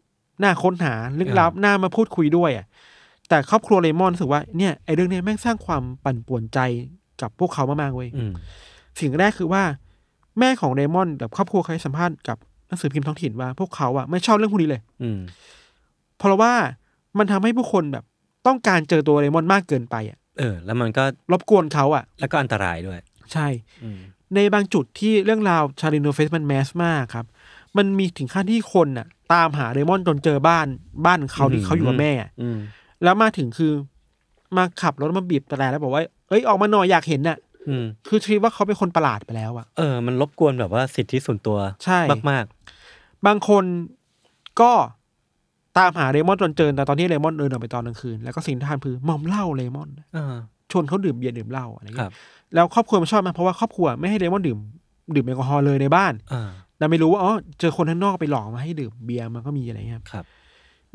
Speaker 3: น่าค้นหาลึกลับน่ามาพูดคุยด้วยอะแต่ครอบครัวเรมอนรู้สึกว่าเนี่ยไอ้เรื่องเนี้ยแม่งสร้างความปั่นป่วนใจกับพวกเขามากๆเว้ย
Speaker 2: อืม
Speaker 3: สิ่งแรกคือว่า แม่ของเรมอนกับครอบครัวเคยสัมภาษณ์กับหนังสือพิมพ์ท้องถิ่นว่าพวกเขาอะไม่ชอบเรื่องพวกนี้เลย
Speaker 2: อืม
Speaker 3: เพราะว่ามันทำให้ผู้คนแบบต้องการเจอตัวเรมอนมากเกินไปอะ
Speaker 2: เออ แล้วมันก็
Speaker 3: รบกวนเขาอะ
Speaker 2: แล้วก็อันตรายด้วย
Speaker 3: ใช่
Speaker 2: อืม
Speaker 3: ในบางจุดที่เรื่องราวชาลิโนเฟสมันแมสมากครับ มันมีถึงขั้นที่คนน่ะ ตามหาเรมอนจนเจอบ้านบ้านของเขา
Speaker 2: อืม
Speaker 3: ที่เขาอยู่กับแม่อะ
Speaker 2: อืม
Speaker 3: แล้วมาถึงคือมาขับรถมาบีบแตรแล้วบอกว่าเอ้ยออกมาหน่อยอยากเห็นน่ะ
Speaker 2: อืม
Speaker 3: คือทรีว่าเขาเป็นคนประหลาดไปแล้วอะ
Speaker 2: เออ มันรบกวนแบบว่าสิทธิส่วนตัว
Speaker 3: ใช่
Speaker 2: มาก
Speaker 3: บางคนก็ตามหาเรมอนจนเจอแต่ตอนที่เรมอนเดินออกไปตอนกลางคืนแล้วก็สิ่งที่ทำคือมอมเหล้าเรมอน
Speaker 2: ๆอ่า
Speaker 3: ชวนเขาดื่มเบียร์ดื่มเหล้าอะไรอย่าง
Speaker 2: ค
Speaker 3: เงี้
Speaker 2: รั
Speaker 3: ย
Speaker 2: บ
Speaker 3: แล้วครอบครัวมันชอบมากเพราะว่าครอบครัวไม่ให้เรมอนดื่มดื่มแอลกอฮอล์เลยในบ้าน
Speaker 2: อ่า
Speaker 3: เราไม่รู้ว่าอ๋อเจอคนข้างนอกไปหลอกมาให้ดื่มเบียร์มันก็มีอะไรเงี้ยครับ
Speaker 2: ครับ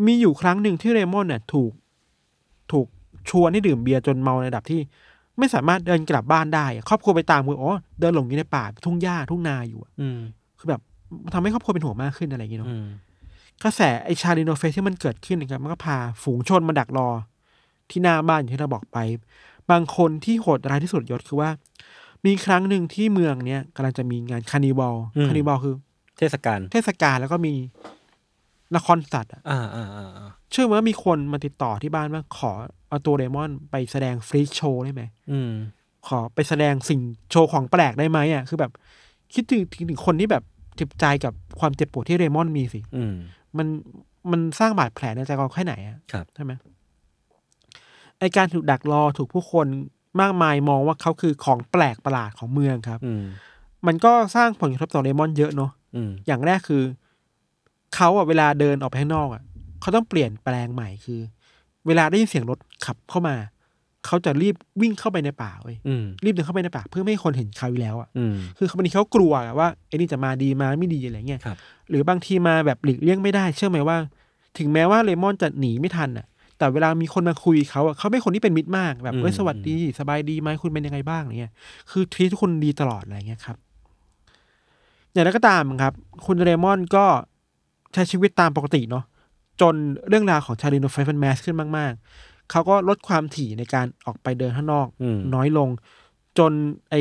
Speaker 3: มีอยู่ครั้งหนึ่งที่เรมอนเนี่ยถูกถูกชวนให้ดื่มเบียร์จนเมาในระดับที่ ไม่สามารถเดินกลับบ้านได้อะครอบครัวไปตามคืออ๋อเดินหลงอยู่ในป่าทุ่งหญ้าทุ่งนาอยู่อะ
Speaker 2: อืม
Speaker 3: คือแบบมันทำให้ครอบครัวเป็นห่วงมากขึ้นอะไรอย่างเงี้ยเนาะ
Speaker 2: อืม
Speaker 3: กระแสไอชาลิโนเฟสที่มันเกิดขึ้นนะครับมันก็พาฝูงชนมาดักรอ ที่หน้าบ้านอย่างที่เราบอกไป บางคนที่โหดร้ายที่สุดยศคือว่า มีครั้งหนึ่งที่เมืองเนี้ยกำลังจะมีงานคานิวัล
Speaker 2: อืม
Speaker 3: คานิวัลคือ
Speaker 2: เทศกาล
Speaker 3: เทศกาลแล้วก็มีละครสัตว์อะ
Speaker 2: อ่าอ่าอ่าอ่า
Speaker 3: เชื่อไหมว่ามีคนมาติดต่อที่บ้านว่าขอเอาตัวเดมอนไปแสดงฟรีโชว์ได้ไหม
Speaker 2: อืม
Speaker 3: ขอไปแสดงสิ่งโชว์ของแปลกได้ไหมอ่ะคือแบบ คิดถึงถึงคนที่แบบเจ็บใจกับความเจ็บปวดที่เรมอนมีสิ
Speaker 2: อืม
Speaker 3: มันมันสร้างบาดแผลในใจเราแค่ไหนอ่ะ
Speaker 2: ครับ
Speaker 3: ใช่ไหมไอการถูกดักรอถูกผู้คนมากมายมองว่าเขาคือของแปลกประหลาดของเมืองครับ
Speaker 2: อืม
Speaker 3: มันก็สร้างผลกระทบต่อเรมอนเยอะเนาะ
Speaker 2: อืม
Speaker 3: อย่างแรกคือเขาอะเวลาเดินออกไปข้างนอกอะเขาต้องเปลี่ยนแปลงใหม่คือ เวลาได้ยินเสียงรถขับเข้ามา เขาจะรีบวิ่งเข้าไปในป่าเว้ย
Speaker 2: อืม
Speaker 3: รีบเดินเข้าไปในป่าเพื่อไม่ให้คนเห็นเขาอีกแล้วอ่ะ
Speaker 2: อืม
Speaker 3: คือคนนี้เขากลัวว่าไอ้นี่จะมาดีมาไม่ดีอะไรเงี้ย
Speaker 2: ครับ
Speaker 3: หรือบางทีมาแบบหลีกเลี่ยงไม่ได้ เชื่อไหมว่า ถึงแม้ว่าเลมอนจะหนีไม่ทันอ่ะ แต่เวลามีคนมาคุยเขาอ่ะเขาเป็นคนที่เป็นมิตรมากแบบเอ้ยสวัสดีสบายดีไหมคุณเป็นยังไงบ้างอะไรเงี้ยคือทีทุกคนดีตลอดอะไรเงี้ยครับ อย่างไรก็ตามครับ คุณเรมอนก็ใช้ชีวิตตามปกติเนาะจนเรื่องราวของชาลีโนไฟฟันแมสขึ้นมาก ๆ เขาก็ลดความถี่ในการออกไปเดินข้างนอก
Speaker 2: อืม
Speaker 3: น้อยลง จนไอ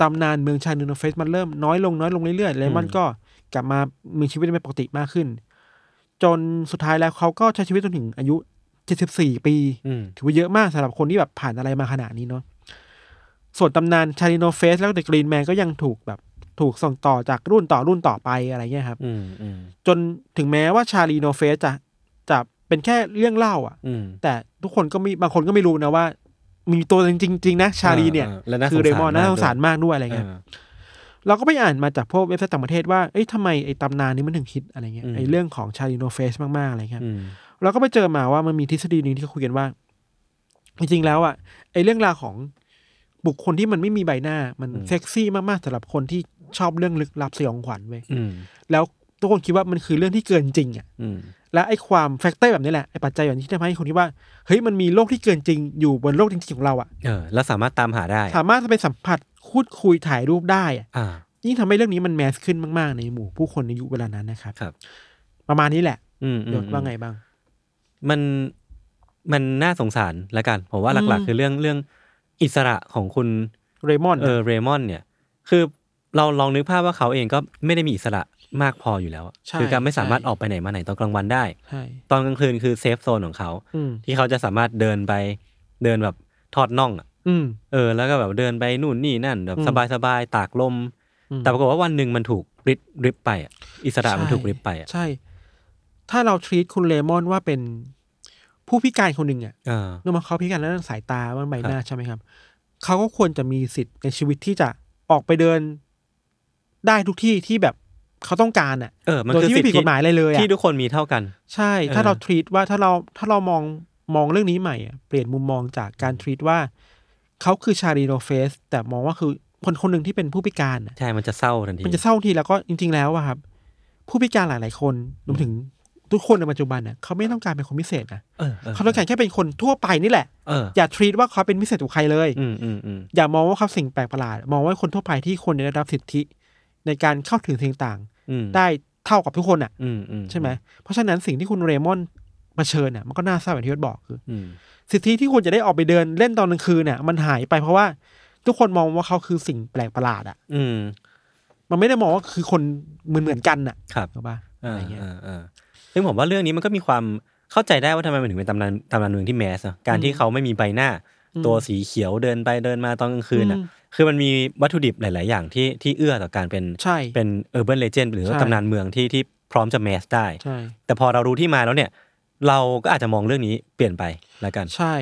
Speaker 3: ตำนานเมืองชาลีโนไฟสมันเริ่มน้อยลงน้อยลงเรื่อยๆเรมอนก็กลับมามีชีวิตเป็นปกติมากขึ้น จนสุดท้ายแล้วเขาก็ใช้ชีวิตจนถึงอายุ 74 ปี
Speaker 2: อืม
Speaker 3: ถือว่าเยอะมากสำหรับคนที่แบบผ่านอะไรมาขนาดนี้เนาะ ส่วนตำนานชาลิโนเฟสแล้วก็เดอะกรีนแมนก็ยังถูกแบบถูกส่งต่อจากรุ่นต่อรุ่นต่อไปอะไรเงี้ยครับ
Speaker 2: อืมอืม
Speaker 3: จนถึงแม้ว่าชาลีโนเฟสจะจะเป็นแค่เรื่องเล่าอะ
Speaker 2: อืม
Speaker 3: แต่ทุกคนก็มีบางคนก็ไม่รู้นะว่า มีตัวจริงๆจริงๆนะชาลีเนี่ย
Speaker 2: ออแล้วน่า
Speaker 3: คือเรมอนน่าส
Speaker 2: ด้ว
Speaker 3: ง
Speaker 2: ย
Speaker 3: สารมากด้วยอะไรเงี้ย
Speaker 2: เออ
Speaker 3: เราก็ไปอ่านมาจากพวกเว็บไซต์ต่างประเทศว่า เอ้ยทำไมไอ้ตำนานนี้มันถึงฮิตอะไรเงี้ย
Speaker 2: อืม
Speaker 3: ไอ้เรื่องของชาลีโนเฟสมากๆอะไรเงี้ย
Speaker 2: อืม
Speaker 3: เราก็ไปเจอมาว่ามันมีทฤษฎีหนึ่งที่เขาคุยกันว่า จริงๆแล้วอ่ะไอเรื่องราวของบุคคลที่มันไม่มีใบหน้ามันเซ็กซี่มากๆสำหรับคนที่ชอบเรื่องลึกลับสยองขวัญเว้ย
Speaker 2: อืม
Speaker 3: แล้วทุกคนคิดว่ามันคือเรื่องที่เกินจริงอ่ะ
Speaker 2: อืม
Speaker 3: และไอความแฟกเตอร์แบบนี้แหละไอปัจจัยแบบนี้ที่ทำให้คนคิดว่าเฮ้ยมันมีโลกที่เกินจริง อยู่บนโลกจริงๆของเราอ่ะ
Speaker 2: เออแล้วสามารถตามหาได้
Speaker 3: สามารถจะไปสัมผัสคูดคุยถ่ายรูปได้อะ
Speaker 2: อ่า
Speaker 3: ยิ่งทำให้เรื่องนี้มันแมสขึ้นมากๆ ในหมู่ผู้คนในยุคเวลานั้นนะครับ
Speaker 2: ครับ
Speaker 3: ประมาณนี้แหละ
Speaker 2: อืมอืม
Speaker 3: ยศว่าไงบ้าง
Speaker 2: มันมันน่าสงสารละกัน ผมว่าหลัก
Speaker 3: อืม
Speaker 2: ๆ คือเรื่องเรื่องอิสระของคุณ
Speaker 3: เรมอน
Speaker 2: เออเรมอนเนี่ย คือเราลองนึกภาพว่าเขาเองก็ไม่ได้มีอิสระมากพออยู่แล้วอะ
Speaker 3: ใช่
Speaker 2: คือการไม่สามารถ
Speaker 3: ใช่
Speaker 2: ออกไปไหนมาไหนตอนกลางวันได้
Speaker 3: ใช่
Speaker 2: ตอนกลางคืนคือเซฟโซนของเขา
Speaker 3: อืม
Speaker 2: ที่เขาจะสามารถเดินไปเดินแบบทอดน่องอะ
Speaker 3: อืม
Speaker 2: เออ แล้วก็แบบเดินไปนู่นนี่นั่นแบบ
Speaker 3: อืม
Speaker 2: สบายๆตากลม
Speaker 3: อืม
Speaker 2: แต่ปรากฏว่าวันหนึ่งมันถูกริบริบไปอะอิสระมัน
Speaker 3: ใช่
Speaker 2: ถูกริบไปอะ
Speaker 3: ใช่ ถ้าเราท e ี t คุณเลมอนว่าเป็นผู้พิการคนหนึ่งอะ
Speaker 2: อ่า
Speaker 3: เนื่องมาเขาพิการแล้วสายตามันใบหน้า
Speaker 2: ครับ
Speaker 3: ใช่ไหมครับ เขาก็ควรจะมีสิทธิ์ในชีวิตที่จะออกไปเดินได้ทุกที่ที่แบบเขาต้องการอะ
Speaker 2: เออ มัน
Speaker 3: โดย
Speaker 2: คือ
Speaker 3: ที่
Speaker 2: สิท
Speaker 3: ไม่ผิด
Speaker 2: ธิ
Speaker 3: กฎหมายอะไรเลยอะ
Speaker 2: ที่ทุกคนมีเท่ากัน
Speaker 3: ใช่ ถ้าเราท e ี t ว่าถ้าเราถ้าเรามองมองเรื่องนี้ใหม่อะเปลี่ยนมุมมองจากการท e ี t ว่าเขาคือชาลีโนเฟส แต่มองว่าคือคนคนหนึ่งที่เป็นผู้พิการอะ
Speaker 2: ใช่มันจะเศร้าทันที
Speaker 3: มันจะเศร้าทีแล้วก็จริง ๆ แล้วอะครับ ผู้พิการหลาย ๆ คนรวมถึงทุกคนในปัจจุบันน่ะเขาไม่ต้องการเป็นคนพิเศษนะ
Speaker 2: เออเออ
Speaker 3: เขาต้องการแค่เป็นคนทั่วไปนี่แหละ
Speaker 2: เออ
Speaker 3: อย่าทรีตว่าเขาเป็นพิเศษกว่าใครเลย
Speaker 2: อืมอืมอืม
Speaker 3: อย่ามองว่าเขาสิ่งแปลกประหลาด มองว่าคนทั่วไปที่ควรจะได้รับสิทธิ ในการเข้าถึงสิ่งต่าง
Speaker 2: อืม
Speaker 3: ได้เท่ากับทุกคนอ่ะ
Speaker 2: อืมอืม
Speaker 3: ใช่ไหมเพราะฉะนั้นสิ่งที่คุณเรมอนเผชิญน่ะมันก็น่าเศร้าอย่างที่ยศบอกคือ
Speaker 2: อืม
Speaker 3: สิทธิที่ควรจะได้ออกไปเดินเล่นตอนกลางคืนน่ะ มันหายไปเพราะว่าทุกคนมองว่าเขาคือสิ่งแปลกประหลาดอ่ะ
Speaker 2: อืม
Speaker 3: มันไม่ได้มองว่าคือคนเหมือนเหมือนๆกันน่ะ
Speaker 2: ครับ
Speaker 3: ถูกปะอะ
Speaker 2: อ่า
Speaker 3: ไรเงี้ย
Speaker 2: อ่าอ่าซึ่งผมว่าเรื่องนี้มันก็มีความเข้าใจได้ว่าทำไมมันถึงเป็นตำนานตำนานเมืองที่แมสอะการที่เขาไม่มีใบหน้า
Speaker 3: อืม
Speaker 2: ตัวสีเขียวเดินไปเดินมาตอนกลางคืนอ่ะ
Speaker 3: อืม
Speaker 2: คือมันมีวัตถุดิบหลาย ๆ อย่างที่ที่เอื้อต่อการเป็น
Speaker 3: ใช่
Speaker 2: เป็นเออร์เบิร์นเลเจนด์หรือว่า
Speaker 3: ใช่
Speaker 2: ตำนานเมืองที่ที่พร้อมจะแมสได้
Speaker 3: ใช่
Speaker 2: แต่พอเรารู้ที่มาแล้วเนี่ย เราก็อาจจะมองเรื่องนี้เปลี่ยนไปละกัน
Speaker 3: ใช่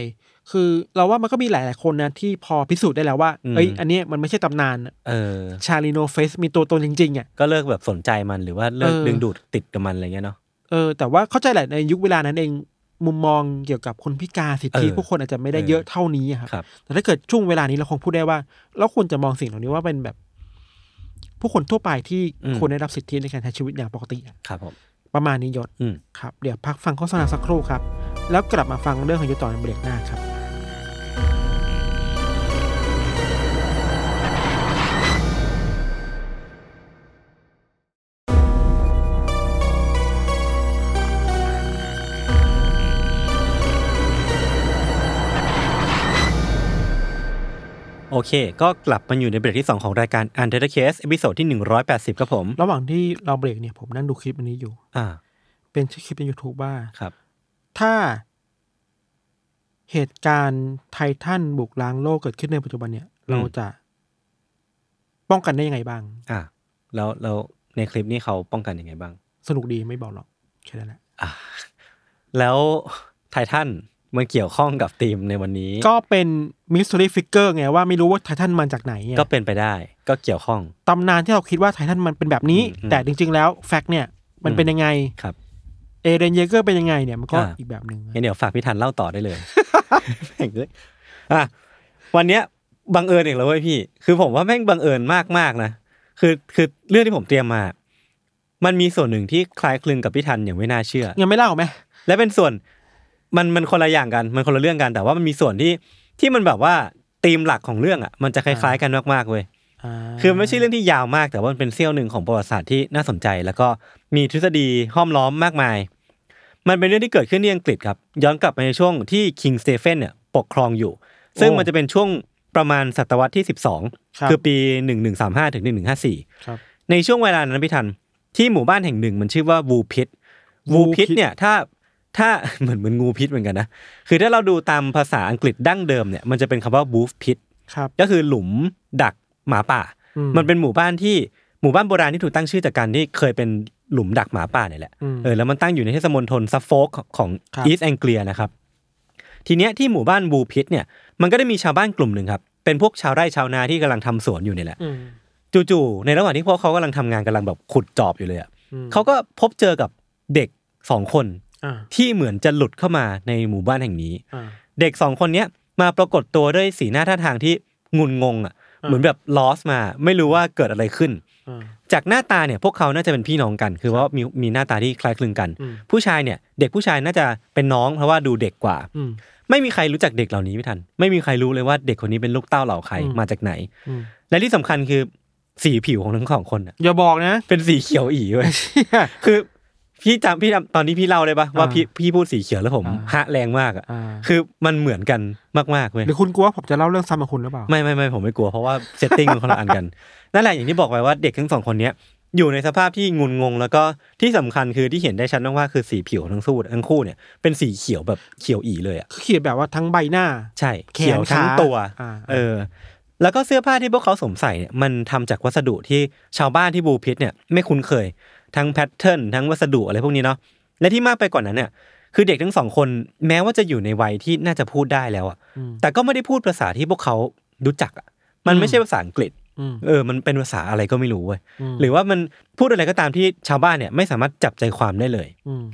Speaker 3: คือเราว่ามันก็มีหลาย ๆ คนนะที่พอพิสูจน์ได้แล้วว่า
Speaker 2: อืม
Speaker 3: เอ้ยอันเนี้ยมันไม่ใช่ตำนาน
Speaker 2: เออ
Speaker 3: ชาลีโนเฟสมีตัวตนจริง ๆ อ่ะ
Speaker 2: ก็เลิกแบบสนใจมันหรือว่าเลิก
Speaker 3: เออ
Speaker 2: ดึงดูดติดกับมันอะไรเงี้ยเนาะ
Speaker 3: เออแต่ว่าเข้าใจแหละในยุคเวลานั้นเองมุมมองเกี่ยวกับคนพิการสิทธิ
Speaker 2: เออ
Speaker 3: ผู้คนอาจจะไม่ได้
Speaker 2: เออ
Speaker 3: เยอะเท่านี้อะครับ
Speaker 2: ครับ
Speaker 3: แต่ถ้าเกิดช่วงเวลานี้เราคงพูดได้ว่า เราควรจะมองสิ่งเหล่านี้ว่าเป็นแบบ ผู้คนทั่วไปที่ควรได้รับสิทธิในการใช้ชีวิตอย่างปกติอะ
Speaker 2: ครับผม
Speaker 3: ประมาณนี้ยศ
Speaker 2: อืม
Speaker 3: ครับ เดี๋ยวพักฟังโฆษณาสักครู่ครับ แล้วกลับมาฟังเรื่องของยศต่อในเบรกหน้าครับ
Speaker 2: โอเค ก็กลับมาอยู่ในเบรกที่ 2 ของรายการ u n t e r Case เอพิโซดที่ 180ครับผม
Speaker 3: ระหว่างที่เราเบรกเนี่ยผมนั่งดูคลิปอันนี้อยู่
Speaker 2: อ่า
Speaker 3: เป็นชื่อคลิปใน YouTube ว่า
Speaker 2: ครับ
Speaker 3: ถ้าเหตุการณ์ไททันบุกล้างโลกเกิดขึ้นในปัจจุบันเนี่ย เราจะป้องกันได้ยังไงบ้าง
Speaker 2: อ่า แล้วแล้วในคลิปนี้เขาป้องกันยังไงบ้าง
Speaker 3: สนุกดีไม่บอกหรอกแค่นั้นแหละ
Speaker 2: อ่า แล้วไททันมันเกี่ยวข้องกับธีมในวันนี้
Speaker 3: ก็เป็นมิส t ต r y f ฟิกเกอร์ไงว่าไม่รู้ว่าไททันมันจากไหนไง
Speaker 2: ก็เป็นไปได้ ก็เกี่ยวข้อง
Speaker 3: ตำนานที่เราคิดว่าไททันมันเป็นแบบนี้
Speaker 2: อืม
Speaker 3: แต่จริง ๆ แล้วแฟกต์เนี่ย มันเป็นยังไง
Speaker 2: ครับ
Speaker 3: เอเดนเยเกอร์เป็นยังไงเนี่ยมันก็
Speaker 2: อ่า
Speaker 3: อีกแบบหนึ่ง
Speaker 2: งั้นเดี๋ยวฝากพี่ทันเล่าต่อได้เลย แม่งเอ้ย อ่ะวันเนี้ยบังเอิญอีกแล้วเว้ยพี่ คือผมว่าแม่งบังเอิญมากๆนะคือคือเรื่องที่ผมเตรียมมา มันมีส่วนหนึ่งที่คล้ายคลึงกับพี่ทันอย่างไม่น่าเชื่อ
Speaker 3: ยังไม่เล่าไหม
Speaker 2: และเป็นส่วนมันมันคนละอย่างกัน มันคนละเรื่องกัน แต่ว่ามันมีส่วนที่ที่มันแบบว่าธีมหลักของเรื่องอ่ะ มันจะคล้ายๆกันมากๆเว้ย คือมันไม่ใช่เรื่องที่ยาวมากแต่ว่ามันเป็นเสี้ยวหนึ่งของประวัติศาสตร์ที่น่าสนใจ แล้วก็มีทฤษฎีห้อมล้อมมากมาย มันเป็นเรื่องที่เกิดขึ้นที่อังกฤษครับ ย้อนกลับไปในช่วงที่คิงสเตเฟนเนี่ยปกครองอยู่ ซึ่งมันจะเป็นช่วงประมาณศตวรรษที่ 12
Speaker 3: รับ
Speaker 2: คือปี 1135ถึง1154
Speaker 3: ครับ
Speaker 2: ในช่วงเวลานั้นพี่ทัน ที่หมู่บ้านแห่งหนึ่งมันชื่อว่าวูพิตวูพิต
Speaker 3: Woolpit
Speaker 2: เนี่ยถ้าถ้า เหมือนเหมือนงูพิษเหมือนกันนะ คือถ้าเราดูตามภาษาอังกฤษดั้งเดิมเนี่ยมันจะเป็นคำว่าวูฟพิต
Speaker 3: ครับ
Speaker 2: ก็คือหลุมดักหมาป่า
Speaker 3: อืม
Speaker 2: มันเป็นหมู่บ้านที่หมู่บ้านโบราณที่ถูกตั้งชื่อจากการที่เคยเป็นหลุมดักหมาป่าเนี่ยแหละ
Speaker 3: อืม
Speaker 2: เออแล้วมันตั้งอยู่ในเทศมณฑลซัฟโฟกของ
Speaker 3: ครับ
Speaker 2: อีสต์แองเกียนะครับ ทีเนี้ยที่หมู่บ้านบูพิตเนี่ยมันก็ได้มีชาวบ้านกลุ่มหนึ่งครับ เป็นพวกชาวไร่ชาวนาที่กำลังทำสวนอยู่เนี่ยแหละ
Speaker 3: อืม
Speaker 2: จู่ๆในระหว่างที่พวกเขากำลังทำงานกำลังแบบขุดจอบอยู่เลยอะ
Speaker 3: อืม
Speaker 2: เขาก็พบเจอกับเด็กสองคน
Speaker 3: อ่า
Speaker 2: ที่เหมือนจะหลุดเข้ามาในหมู่บ้านแห่งนี้
Speaker 3: อ่า
Speaker 2: เด็กสองคนเนี้ยมาปรากฏตัวด้วยสีหน้าท่าทางที่งุนงงอ่ะ
Speaker 3: อ่า
Speaker 2: เหมือนแบบลอสมา ไม่รู้ว่าเกิดอะไรขึ้น
Speaker 3: อ่า
Speaker 2: จากหน้าตาเนี่ยพวกเขาน่าจะเป็นพี่น้องกัน คือว่ามีมีหน้าตาที่คล้ายคลึงกัน
Speaker 3: อืม
Speaker 2: ผู้ชายเนี่ย เด็กผู้ชายน่าจะเป็นน้องเพราะว่าดูเด็กกว่า
Speaker 3: อืม
Speaker 2: ไม่มีใครรู้จักเด็กเหล่านี้ไม่ทัน ไม่มีใครรู้เลยว่าเด็กคนนี้เป็นลูกเต้าเหล่าใคร
Speaker 3: อืม
Speaker 2: มาจากไหน
Speaker 3: อืม
Speaker 2: และที่สำคัญคือสีผิวของทั้งสองคนน่ะ
Speaker 3: อย่าบอกนะ
Speaker 2: เป็นสีเขียวอีเว้ย คือพี่จำพี่จำตอนนี้พี่เล่าเลยปะว่า
Speaker 3: อ่า
Speaker 2: พี่พี่พูดสีเขียวแล้วผม
Speaker 3: อ่า
Speaker 2: ฮะแรงมากอ่ะ
Speaker 3: อ่า
Speaker 2: คือมันเหมือนกันมากๆเว้ย
Speaker 3: หรือคุณกลัวว่าผมจะเล่าเรื่องซ้ำกับคุณหรือเปล่า
Speaker 2: ไม่ไม่ไม่ผมไม่กลัวเพราะว่าเซตติ้งมันคนละอัน กันนั่นแหละอย่างที่บอกไปว่าเด็กทั้งสองคนเนี้ยอยู่ในสภาพที่งุนงง แล้วก็ที่สำคัญคือที่เห็นได้ชัดมากๆคือสีผิวทั้งสู้ทั้งคู่เนี่ยเป็นสีเขียวแบบเขียวอีเลยอ่ะ
Speaker 3: คือเขียนแบบว่าทั้งใบหน้า
Speaker 2: ใช่
Speaker 3: แขน
Speaker 2: เขียวทั้ง
Speaker 3: ขา
Speaker 2: ตัว
Speaker 3: อ่า
Speaker 2: เออ แล้วก็เสื้อผ้าที่พวกเขาสวมใส่เนี่ยมันทำจากวัสดุที่ชาวบ้านที่บูพิตเนี่ยไม่คุ้นเคย ทั้งแพทเทิร์นทั้งวัสดุอะไรพวกนี้เนาะและที่มากไปกว่านนั้นเนี่ยคือเด็กทั้งสองคนแม้ว่าจะอยู่ในวัยที่น่าจะพูดได้แล้วอ่ะ
Speaker 3: อืม
Speaker 2: แต่ก็ไม่ได้พูดภาษาที่พวกเขารู้จักอะมัน
Speaker 3: อืม
Speaker 2: ไม่ใช่ภาษาอังกฤษ
Speaker 3: อืม
Speaker 2: เออ มันเป็นภาษาอะไรก็ไม่รู้เว้ย
Speaker 3: ม
Speaker 2: หรือว่ามันพูดอะไรก็ตามที่ชาวบ้านเนี่ยไม่สามารถจับใจความได้เลย
Speaker 3: อืม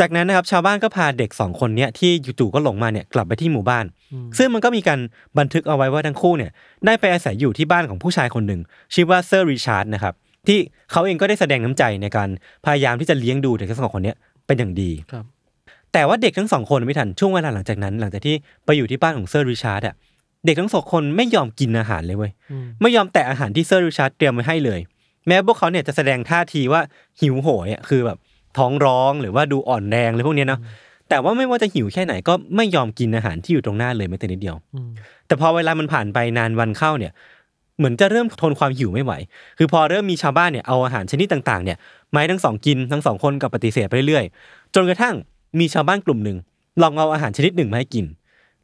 Speaker 2: จากนั้นนะครับชาวบ้านก็พาเด็กสองคนเนี้ยที่จู่ๆก็หลงมาเนี่ยกลับไปที่หมู่บ้าน
Speaker 3: อืม
Speaker 2: ซึ่งมันก็มีการบันทึกเอาไว้ว่าทั้งคู่เนี่ยได้ไปอาศัยอยู่ที่บ้านของผู้ชายคนหนึ่งชื่อว่าเซอร์ริชาร์ดนะครับที่เขาเองก็ได้แสดงน้ำใจในการพยายามที่จะเลี้ยงดูเด็กทั้งสองคนเนี้ยเป็นอย่างดี
Speaker 3: ครับ
Speaker 2: แต่ว่าเด็กทั้งสองคนไม่ทันช่วงเวลาหลังจากนั้น หลังจากที่ไปอยู่ที่บ้านของเซอร์ริชาร์ดอะเด็กทั้งสองคนไม่ยอมกินอาหารเลยเว้ย
Speaker 3: อืม
Speaker 2: ไม่ยอมแตะอาหารที่เซอร์ริชาร์ดเตรียมไว้ให้เลย แม้พวกเขาเนี่ยจะแสดงท่าทีว่าหิวโหยอะคือแบบท้องร้องหรือว่าดูอ่อนแรงอะไรพวกเนี้ยเนาะแต่ว่าไม่ว่าจะหิวแค่ไหนก็ไม่ยอมกินอาหารที่อยู่ตรงหน้าเลยแม้แต่นิดเดียว
Speaker 3: อืม
Speaker 2: แต่พอเวลามันผ่านไปนานวันเข้าเนี่ยเหมือนจะเริ่มทนความหิวไม่ไหว คือพอเริ่มมีชาวบ้านเนี่ยเอาอาหารชนิดต่างๆเนี่ยมาให้ทั้งสองกินทั้งสองคนกับปฏิเสธไปเรื่อยๆ จนกระทั่งมีชาวบ้านกลุ่มหนึ่งลองเอาอาหารชนิดหนึ่งมาให้กิน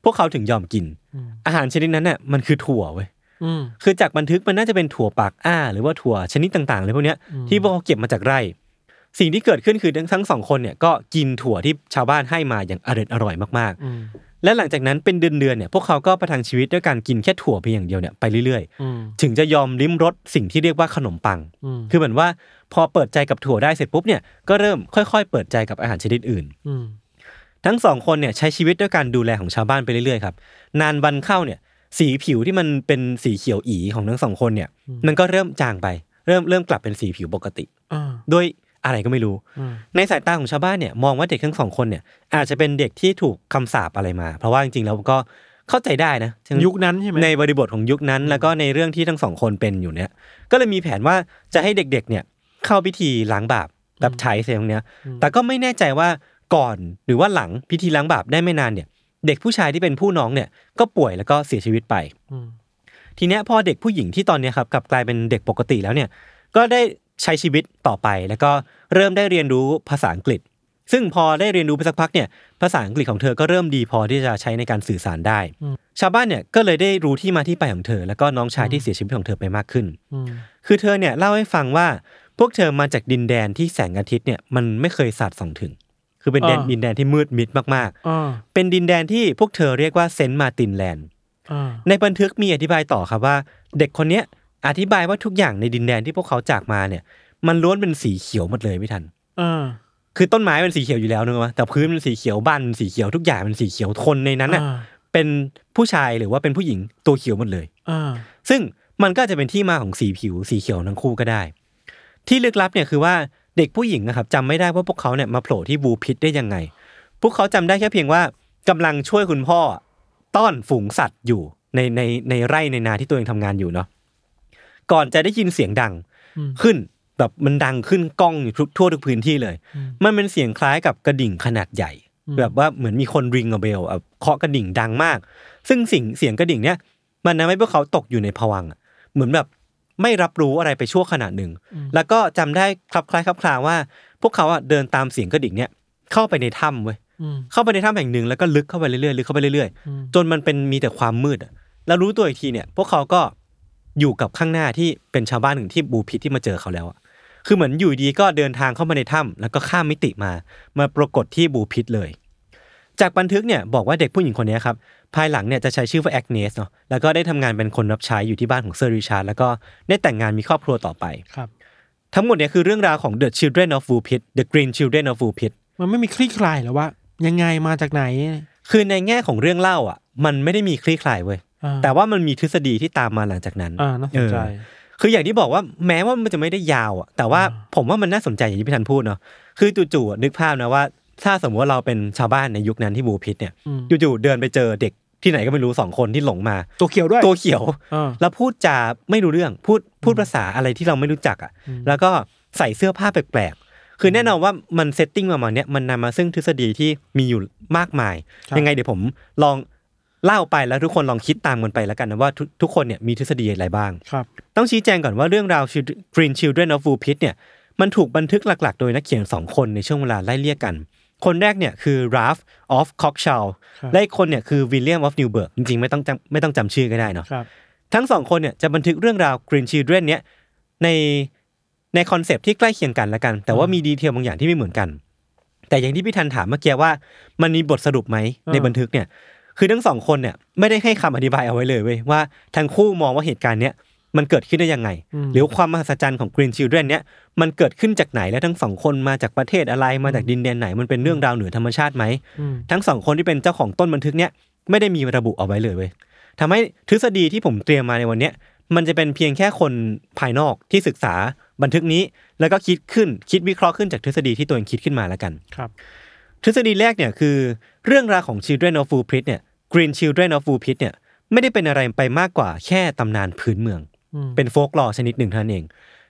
Speaker 2: พวกเขาถึงยอมกิน
Speaker 3: อืม
Speaker 2: อาหารชนิดนั้นน่ะมันคือถั่วเว้ย
Speaker 3: อืม
Speaker 2: คือจากบันทึกมันน่าจะเป็นถั่วปากอ้า หรือว่าถั่วชนิดต่างๆเลยพวกเนี้ย
Speaker 3: อืม
Speaker 2: ที่พวกเขาเก็บมาจากไร่ สิ่งที่เกิดขึ้นคือทั้งสองคนเนี่ยก็กินถั่วที่ชาวบ้านให้มาอย่างอร่อยอร่อยๆมากๆ
Speaker 3: อืม
Speaker 2: และหลังจากนั้นเป็นเดือนๆเนี่ยพวกเขาก็ประทังชีวิตด้วยการกินแค่ถั่วเพียงอย่างเดียวเนี่ยไปเรื่อย
Speaker 3: อืม
Speaker 2: ๆ ถึงจะยอมลิ้มรสสิ่งที่เรียกว่าขนมปัง
Speaker 3: อืม
Speaker 2: คือเหมือนว่าพอเปิดใจกับถั่วได้เสร็จปุ๊บเนี่ยก็เริ่มค่อยๆ เปิดใจกับอาหารชนิดอื่น
Speaker 3: อืม
Speaker 2: ทั้งสองคนเนี่ยใช้ชีวิตด้วยการดูแลของชาวบ้านไปเรื่อยๆครับนานวันเข้าเนี่ยสีผิวที่มันเป็นสีเขียวอีของทั้งสองคนเนี่ยมันก็เริ่มจางไป เริ่มเริ่มกลับเป็นสีผิวปกติ
Speaker 3: อ่า
Speaker 2: ด้วยอะไรก็ไม่รู้
Speaker 3: อืม
Speaker 2: ในสายตาของชาวบ้านเนี่ยมองว่าเด็กทั้งสองคนเนี่ยอาจจะเป็นเด็กที่ถูกคำสาปอะไรมา เพราะว่าจริงๆแล้วก็เข้าใจได้นะ
Speaker 3: ยุคนั้นใช่ไหม
Speaker 2: ในบริบทของยุคนั้นแล้วก็ในเรื่องที่ทั้งสองคนเป็นอยู่เนี่ยก็เลยมีแผนว่าจะให้เด็กๆเนี่ยเข้าพิธีล้างบาปแบบไถ่เสียตรงเนี้ยแต่ก็ไม่แน่ใจว่าก่อนหรือว่าหลังพิธีล้างบาปได้ไม่นานเนี่ยเด็กผู้ชายที่เป็นผู้น้องเนี่ยก็ป่วยแล้วก็เสียชีวิตไป
Speaker 3: อืม
Speaker 2: ทีเนี้ยพอเด็กผู้หญิงที่ตอนเนี้ยครับกลับกลายเป็นเด็กปกติแล้วเนี่ยก็ได้ใช้ชีวิตต่อไป แล้วก็เริ่มได้เรียนรู้ภาษาอังกฤษ ซึ่งพอได้เรียนรู้ไปสักพักเนี่ยภาษาอังกฤษของเธอก็เริ่มดีพอที่จะใช้ในการสื่อสารได้ ชาวบ้านเนี่ยก็เลยได้รู้ที่มาที่ไปของเธอ แล้วก็น้องชายที่เสียชีวิตของเธอไปมากขึ้น
Speaker 3: อืม
Speaker 2: คือเธอเนี่ยเล่าให้ฟังว่าพวกเธอมาจากดินแดนที่แสงอาทิตย์เนี่ยมันไม่เคยสาดส่องถึง คือเป็นแดนดินแดนที่มืดมิดมาก
Speaker 3: อ่า
Speaker 2: ๆ เป็นดินแดนที่พวกเธอเรียกว่าเซนต์มาร์ตินแลนด์
Speaker 3: อ่า
Speaker 2: ในบันทึกมีอธิบายต่อครับว่า เด็กคนเนี้ยอธิบายว่าทุกอย่างในดินแดนที่พวกเขาจากมาเนี่ย มันล้วนเป็นสีเขียวหมดเลยไม่ทัน
Speaker 3: อ่า
Speaker 2: คือต้นไม้เป็นสีเขียวอยู่แล้วนึกว่าแต่พื้นเป็นสีเขียวบ้านเป็นสีเขียวทุกอย่างเป็นสีเขียวคนในนั้นน่ะ เป็นผู้ชายหรือว่าเป็นผู้หญิงตัวเขียวหมดเลย
Speaker 3: อ่า
Speaker 2: ซึ่งมันก็อาจจะเป็นที่มาของสีผิวสีเขียวทั้งคู่ก็ได้ ที่ลึกลับเนี่ยคือว่าเด็กผู้หญิงนะครับจำไม่ได้ว่าพวกเขาเนี่ยมาโผล่ที่บูพิษได้ยังไง พวกเขาจำได้แค่เพียงว่ากำลังช่วยคุณพ่อต้อนฝูงสัตว์อยู่ในในในไร่ในนาที่ตัวเองทำงานอยู่เนาะก่อนจะได้ยินเสียงดัง
Speaker 3: อืม
Speaker 2: ขึ้นแบบมันดังขึ้นก้องอยู่ทุกทั่วทุกพื้นที่เลย
Speaker 3: อืม
Speaker 2: มันเป็นเสียงคล้ายกับกระดิ่งขนาดใหญ่
Speaker 3: อืม
Speaker 2: แบบว่าเหมือนมีคนริงเบลเคาะกระดิ่งดังมาก ซึ่งสิ่งเสียงกระดิ่งเนี่ย มันทำให้พวกเขาตกอยู่ในภวังค์อะเหมือนแบบไม่รับรู้อะไรไปชั่วขณะหนึ่ง แล้วก็จำได้ครับคล้ายครับคลาว่า พวกเขาอะเดินตามเสียงกระดิ่งเนี่ยเข้าไปในถ้ำเว้ย
Speaker 3: อืม
Speaker 2: เข้าไปในถ้ำแห่งหนึ่งแล้วก็ลึกเข้าไปเรื่อยๆลึกเข้าไปเรื่อย
Speaker 3: อืม
Speaker 2: ๆ จนมันเป็นมีแต่ความมืดอะแล้วรู้ตัวอีกทีเนี่ย พวกเขาก็อยู่กับข้างหน้าที่เป็นชาวบ้านหนึ่งที่บูพิษที่มาเจอเขาแล้วอะคือเหมือนอยู่ดีก็เดินทางเข้ามาในถ้ำแล้วก็ข้ามมิติมา มาปรากฏที่บูพิษเลย จากบันทึกเนี่ยบอกว่าเด็กผู้หญิงคนนี้ครับภายหลังเนี่ยจะใช้ชื่อว่าแอกเนสเนาะแล้วก็ได้ทำงานเป็นคนรับใช้อยู่ที่บ้านของเซอร์ริชาร์ดแล้วก็ได้แต่งงานมีครอบครัวต่อไป
Speaker 3: ครับ
Speaker 2: ทั้งหมดเนี่ยคือเรื่องราวของ The Children of Wu Pit The Green Children of Wu Pit
Speaker 3: มันไม่มีคลี่คลายหรอว่า ยังไงมาจากไหน
Speaker 2: คือในแง่ของเรื่องเล่าอ่ะ มันไม่ได้มีคลี่คลายเว้ย
Speaker 3: อ่
Speaker 2: แต่ว่ามันมีทฤษฎีที่ตามมาหลังจากนั้น
Speaker 3: อ่าน่าสนใจ
Speaker 2: เออ คืออย่างที่บอกว่าแม้ว่ามันจะไม่ได้ยาวอ่ะ แต่ว่าผมว่ามันน่าสนใจอย่างที่พี่ธันพูดเนาะ คือจู่ๆอะนึกภาพนะว่า ถ้าสมมติว่าเราเป็นชาวบ้านในยุคนั้นที่บูพิษเนี่ย
Speaker 3: อืม
Speaker 2: จู่ๆเดินไปเจอเด็กที่ไหนก็ไม่รู้สองคนที่หลงมา
Speaker 3: ตัวเขียวด้วย
Speaker 2: ตัวเขียว
Speaker 3: อ่า
Speaker 2: แล้วพูดจาไม่รู้เรื่องพูดพูดภาษาอะไรที่เราไม่รู้จักอ่ะ
Speaker 3: อืม
Speaker 2: แล้วก็ใส่เสื้อผ้าแปลกๆ คือแน่นอนว่ามันเซตติ้งประมาณเนี้ยมันนำมาซึ่งทฤษฎีที่มีอยู่มากมาย ยังไงเดี๋ยวผมลองเล่าไปแล้วทุกคนลองคิดตามกันไปแล้วกันนะว่าทุกทุกคนเนี่ยมีทฤษฎีอะไรบ้าง
Speaker 3: ครับ
Speaker 2: ต้องชี้แจงก่อนว่าเรื่องราว Chil- Green Children of w o o p i t เนี่ยมันถูกบันทึกหลักๆ โดยนักเขียน 2 คนในช่วงเวลาไล่เลี่ยกัน คนแรกเนี่ยคือ Ralph of Cockshall
Speaker 3: ครับ
Speaker 2: และอีกคนเนี่ยคือ William of Newburgh จริงๆไม่ต้องจำไม่ต้องจำชื่อก็ได้เนาะ
Speaker 3: ครับ
Speaker 2: ทั้งสองคนเนี่ยจะบันทึกเรื่องราว Green Children เนี่ยในในคอนเซปที่ใกล้เคียงกันละกัน แต่ว่ามีดีเทลบางอย่างที่ไม่เหมือนกัน แต่อย่างที่พี่ทันถามเมื่อกี้ว่า มันมีบทสรุปไหม
Speaker 3: อ่า
Speaker 2: ในบันทึกเนี่ย คือทั้งสองคนเนี่ยไม่ได้ให้คำอธิบายเอาไว้เลยเว้ยว่าทั้งคู่มองว่าเหตุการณ์เนี้ยมันเกิดขึ้นได้ยังไง หรือความมหัศจรรย์ของ Green Children เนี่ยมันเกิดขึ้นจากไหนและทั้งสองคนมาจากประเทศอะไรมาจากดินแดนไหน มันเป็นเรื่องราวเหนือธรรมชาติไหม
Speaker 3: อืม
Speaker 2: ทั้งสองคนที่เป็นเจ้าของต้นบันทึกเนี่ยไม่ได้มีระบุเอาไว้เลยเว้ยทำให้ทฤษฎีที่ผมเตรียมมาในวันเนี้ยมันจะเป็นเพียงแค่คนภายนอกที่ศึกษาบันทึกนี้ แล้วก็คิดขึ้นคิดวิเคราะห์ขึ้นจากทฤษฎีที่ตัวเองคิดขึ้นมาแล้วกัน
Speaker 3: ครับ
Speaker 2: ทฤษฎีแรกเนี่ยคือเรื่องราวของ Children of Wu Pit เนี่ย Green Children of Wu Pit เนี่ยไม่ได้เป็นอะไรไปมากกว่าแค่ตำนานพื้นเมือง
Speaker 3: อืม
Speaker 2: เป็นโฟกลอร์ชนิดหนึ่งเท่านั้นเอง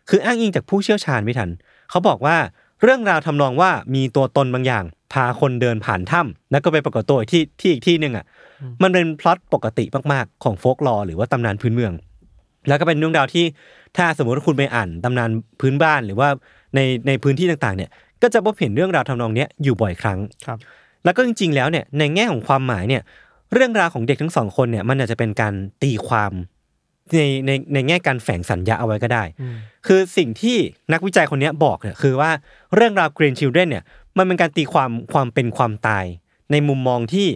Speaker 2: คืออ้างอิงจากผู้เชี่ยวชาญไม่ทัน เขาบอกว่าเรื่องราวทำนองว่ามีตัวตนบางอย่าง พาคนเดินผ่านถ้ำแล้วก็ไปปรากฏตัวที่ที่อีกที่หนึ่งอ่ะ มันเป็นพล็อตปกติมากๆ ของโฟกลอร์หรือว่าตำนานพื้นเมือง แล้วก็เป็นเรื่องราวที่ถ้าสมมติว่าคุณไปอ่านตำนานพื้นบ้านหรือว่าในในพื้นที่ต่างๆเนี่ย ก็จะพบเห็นเรื่องราวทำนองเนี้ยอยู่บ่อยครั้ง
Speaker 3: ครับ
Speaker 2: แล้วก็จริง ๆ แล้วเนี่ยในแง่ของความหมายเนี่ยเรื่องราวของเด็กทั้งสองคนเนี่ยมันอาจจะเป็นการตีความในในในแง่การแฝงสัญญาเอาไว้ก็ได้
Speaker 3: อืม
Speaker 2: คือสิ่งที่นักวิจัยคนเนี้ยบอกเนี่ยคือว่าเรื่องราว Green Children เนี่ยมันเป็นการตีความความเป็นความตาย ในมุมมองที่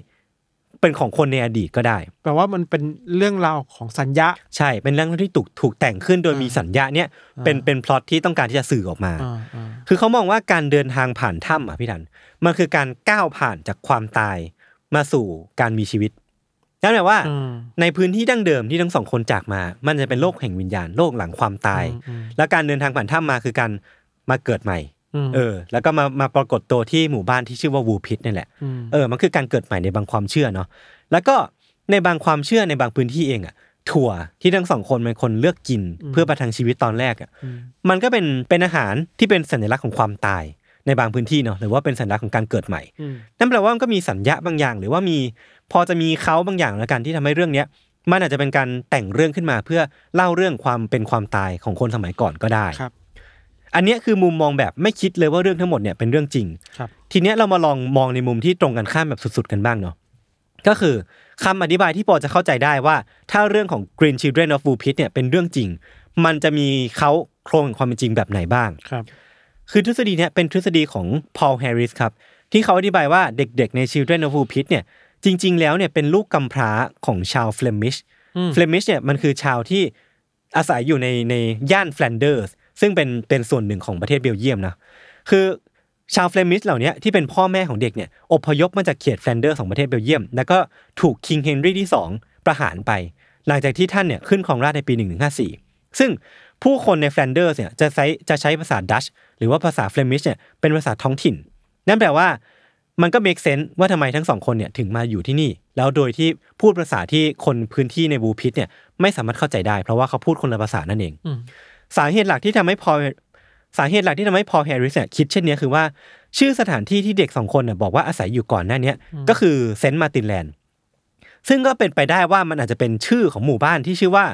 Speaker 2: เป็นของคนในอดีตก็ได้
Speaker 3: แปลว่ามันเป็นเรื่องราวของสัญญา
Speaker 2: ใช่เป็นเรื่องที่ถูกถูกแต่งขึ้นโดย
Speaker 3: อ่ามี
Speaker 2: มีสัญญาเนี่ยเป็น
Speaker 3: อ่า
Speaker 2: เป็นพล็อตที่ต้องการที่จะสื่อออกมา
Speaker 3: อ่าอ่า
Speaker 2: คือเขามองว่าการเดินทางผ่านถ้ำอ่ะพี่ดัน มันคือการก้าวผ่านจากความตายมาสู่การมีชีวิตนั่นแปลว่า
Speaker 3: อืม
Speaker 2: ในพื้นที่ดั้งเดิมที่ทั้งสองคนจากมา มันจะเป็นโลกแห่งวิญญาณโลกหลังความตาย
Speaker 3: อืม
Speaker 2: และการเดินทางผ่านถ้ำมาคือการมาเกิดใหม่
Speaker 3: ม
Speaker 2: เออ แล้วก็มามาปรากฏตัวที่หมู่บ้านที่ชื่อว่าวูพิษนี่แหละ
Speaker 3: ม
Speaker 2: เออ มันคือการเกิดใหม่ในบางความเชื่อเนาะ แล้วก็ในบางความเชื่อในบางพื้นที่เองอะถั่วที่ทั้งสองคนเป็นคนเลือกกินเพื่อประทังชีวิตตอนแรกอะมันก็เป็นเป็นอาหารที่เป็นสัญลักษณ์ของความตายในบางพื้นที่เนาะ หรือว่าเป็นสัญลักษณ์ของการเกิดใหม่
Speaker 3: อืม
Speaker 2: นั่นแปลว่ามันก็มีสัญญาบางอย่าง หรือว่ามีพอจะมีเขาบางอย่างแล้วกันที่ทำให้เรื่องเนี้ย มันอาจจะเป็นการแต่งเรื่องขึ้นมาเพื่อเล่าเรื่องความเป็นความตายของคนสมัยก่อนก็ได้
Speaker 3: ครับ
Speaker 2: อันเนี้ยคือมุมมองแบบไม่คิดเลยว่าเรื่องทั้งหมดเนี่ยเป็นเรื่องจริง
Speaker 3: ครับ
Speaker 2: ทีเนี้ยเรามาลองมองในมุมที่ตรงกันข้ามแบบสุดๆกันบ้างเนาะ ก็คือคำอธิบายที่พอจะเข้าใจได้ว่า ถ้าเรื่องของ Green Children of Wu Pit เนี่ยเป็นเรื่องจริง มันจะมีเขาโครงของความเป็นจริงแบบไหนบ้าง
Speaker 3: ครับ
Speaker 2: คือทฤษฎีเนี้ยเป็นทฤษฎีของพอลแฮริสครับ ที่เขาอธิบายว่าเด็กๆใน Children of Wu Pit เนี่ยจริง ๆ แล้วเนี่ยเป็นลูกกำพร้าของชาวเฟลมิช
Speaker 3: อืม
Speaker 2: เฟลมิชเนี่ยมันคือชาวที่อาศัยอยู่ในในย่านแฟลนเดอร์สซึ่งเป็นเป็นส่วนหนึ่งของประเทศเบลเยียมนะคือ ชาวเฟลมิชเหล่าเนี้ยที่เป็นพ่อแม่ของเด็กเนี่ยอพยพมาจากเขตแฟลนเดอร์ของประเทศเบลเยียม แล้วก็ถูกคิงเฮนรีที่ 2 ประหารไป หลังจากที่ท่านเนี่ยขึ้นครองราชย์ในปี 1154 ซึ่งผู้คนในแฟลนเดอร์สเนี่ยจะใช้จะใช้ภาษาดัชหรือว่าภาษาเฟลมิชเนี่ยเป็นภาษาท้องถิ่น นั่นแปลว่ามันก็เม e เซน s e ว่าทำไมทั้งสองคนเนี่ยถึงมาอยู่ที่นี่ แล้วโดยที่พูดภาษาที่คนพื้นที่ในบูพิตเนี่ยไม่สามารถเข้าใจได้ เพราะว่าเขาพูดคนละภาษานั่นเอง
Speaker 3: อืม
Speaker 2: สาเหตุหลักที่ทำให้พอสาเหตุหลักที่ทำให้พอแฮร์ริสเนี่ยคิดเช่นเนี้ยคือว่าชื่อสถานที่ที่เด็กสองคนน่ะบอกว่าอาศัยอยู่ก่อนหน้าเนี้ยก็คือเซนต์มาร์ตินแลนด์ซึ่งก็เป็นไปได้ว่ามันอาจจะเป็นชื่อของหมู่บ้านที่ชื่อว่า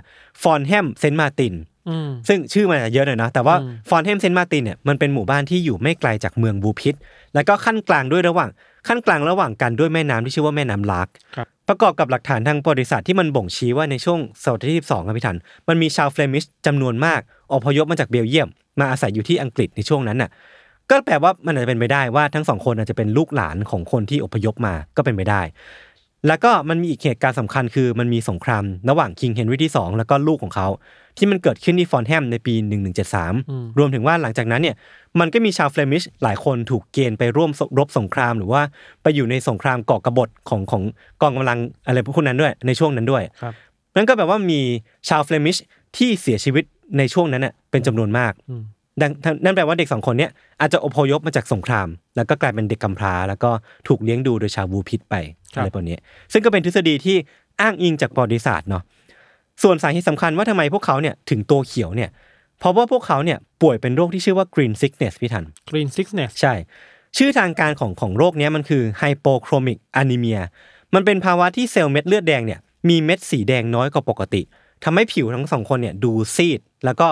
Speaker 2: ฟอนแฮมเซนต์มาร์ติน
Speaker 3: อืม
Speaker 2: ซึ่งชื่อมันอาจจะเยอะหน่อยนะแต่ว่า
Speaker 3: อืม
Speaker 2: ฟอนเทมเซนต์มาร์ตินเนี่ยมันเป็นหมู่บ้านที่อยู่ไม่ไกลจากเมืองบูพิต แล้วก็ขั้นกลางด้วยระหว่าง ขั้นกลางระหว่างกันด้วยแม่น้ำที่ชื่อว่าแม่น้ำลาก
Speaker 3: ครับ
Speaker 2: ประกอบกับหลักฐานทางประวัติศาสตร์ที่มันบ่งชี้ว่าในช่วงศตวรรษที่12ครับพี่ทันมันมีชาวเฟลมิชจำนวนมากอพยพมาจากเบลเยียม มาอาศัยอยู่ที่อังกฤษในช่วงนั้นน่ะก็แปลว่ามันอาจจะเป็นไปได้ว่าทั้งสองคนอาจจะเป็นลูกหลานของคนที่อพยพมาก็เป็นไปได้ แล้วก็มันมีอีกเหตุการณ์สำคัญคือมันมีสงครามระหว่างคิงเฮนรีที่ 2 แล้วก็ลูกของเขา ที่มันเกิดขึ้นที่ฟอนแฮมในปี
Speaker 3: อืม
Speaker 2: 1173 รวมถึงว่าหลังจากนั้นเนี่ยมันก็มีชาวเฟลมิชหลายคนถูกเกณฑ์ไปร่วมรบสงคราม หรือว่าไปอยู่ในสงครามก่อกบฏของของกองกำลังอะไรพวกนั้นด้วยในช่วงนั้นด้วย
Speaker 3: ครับ
Speaker 2: นั่นก็แปลว่ามีชาวเฟลมิชที่เสียชีวิตในช่วงนั้นน่ะเป็นจำนวนมาก
Speaker 3: อืม
Speaker 2: ดังนั่นแปลว่าเด็กสองคนเนี้ยอาจจะอพยพมาจากสงคราม แล้วก็กลายเป็นเด็กกำพร้า แล้วก็ถูกเลี้ยงดูโดยชาวบูพิษไป
Speaker 3: ครับ
Speaker 2: อะไรพวกนี้ ซึ่งก็เป็นทฤษฎีที่อ้างอิงจากประวัติศาสตร์เนาะส่วนสาเหตุสำคัญว่าทำไมพวกเขาเนี่ยถึงตัวเขียวเนี่ยเพราะว่าพวกเขาเนี่ยป่วยเป็นโรคที่ชื่อว่า green sickness พี่ทัน
Speaker 3: Green Sickness
Speaker 2: ใช่ ชื่อทางการของของโรคเนี้ยมันคือไฮโปโครมิกอนิเมีย มันเป็นภาวะที่เซลล์เม็ดเลือดแดงเนี่ยมีเม็ดสีแดงน้อยกว่าปกติทำให้ผิวทั้งสองคนเนี่ยดูซีด แล้วก็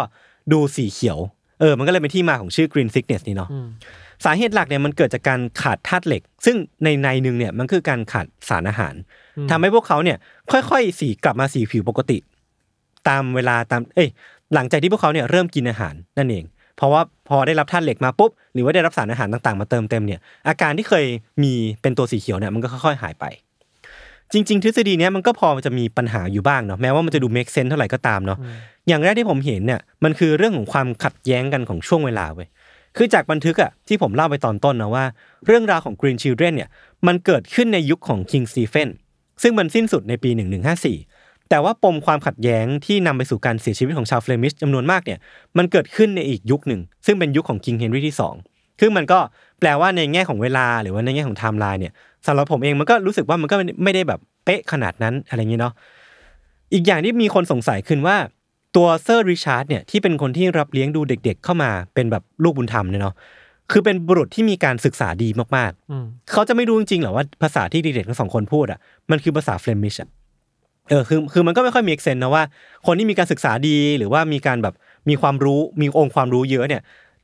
Speaker 2: ดูสีเขียว เออ มันก็เลยเป็นที่มาของชื่อ green sickness นี่เนาะ
Speaker 3: อืม
Speaker 2: สาเหตุหลักเนี่ยมันเกิดจากการขาดธาตุเหล็ก ซึ่งในในหนึ่งเนี่ยมันคือการขาดสารอาหาร
Speaker 3: อืม
Speaker 2: ทำให้พวกเขาเนี่ยค่อยๆ สีกลับมาสีผิวปกติ ตามเวลาตามเอ้ยหลังจากที่พวกเขาเนี่ยเริ่มกินอาหารนั่นเอง เพราะว่าพอได้รับธาตุเหล็กมาปุ๊บหรือว่าได้รับสารอาหารต่างๆ มาเติมเต็มเนี่ยอาการที่เคยมีเป็นตัวสีเขียวเนี่ยมันก็ค่อยๆ หายไป จริง ๆ ทฤษฎีเนี้ยมันก็พอจะมีปัญหาอยู่บ้างเนาะแม้ว่ามันจะดูเมคเซนเท่าไหร่ก็ตามเนาะอย่างแรกที่ผมเห็นเนี่ยมันคือเรื่องของความขัดแย้งกันของช่วงเวลาเว้ย คือจากบันทึกอะที่ผมเล่าไปตอนต้นนะว่า เรื่องราวของ Green Children เนี่ยมันเกิดขึ้นในยุคของ King Stephen ซึ่งมันสิ้นสุดในปี 1154 แต่ว่าปมความขัดแย้งที่นำไปสู่การเสียชีวิตของชาวเฟลมิชจำนวนมากเนี่ยมันเกิดขึ้นในอีกยุคหนึ่ง ซึ่งเป็นยุคของ King Henry ที่ 2 ซึ่งมันก็แปลว่าในแง่ของเวลาหรือว่าในแง่ของไทม์ไลน์เนี่ยสำหรับผมเองมันก็รู้สึกว่ามันก็ไม่ได้แบบเป๊ะขนาดนั้นอะไรอย่างนี้เนาะ อีกอย่างที่มีคนสงสัยขึ้นว่า ตัวเซอร์ริชาร์ดเนี่ยที่เป็นคนที่รับเลี้ยงดูเด็กๆ เข้ามาเป็นแบบลูกบุญธรรมเนี่ยเนาะคือเป็นบุรุษที่มีการศึกษาดีมาก
Speaker 3: อืม
Speaker 2: ๆ เขาจะไม่รู้จริงๆเหรอว่าภาษาที่เด็กๆทั้งสองคนพูดอ่ะมันคือภาษาเฟลมิชอ่ะเออคือคือมันก็ไม่ค่อยมีเซนนะว่า คนที่มีการศึกษาดีหรือว่ามีการแบบมีความรู้มีองค์ความรู้เยอะเนี่ย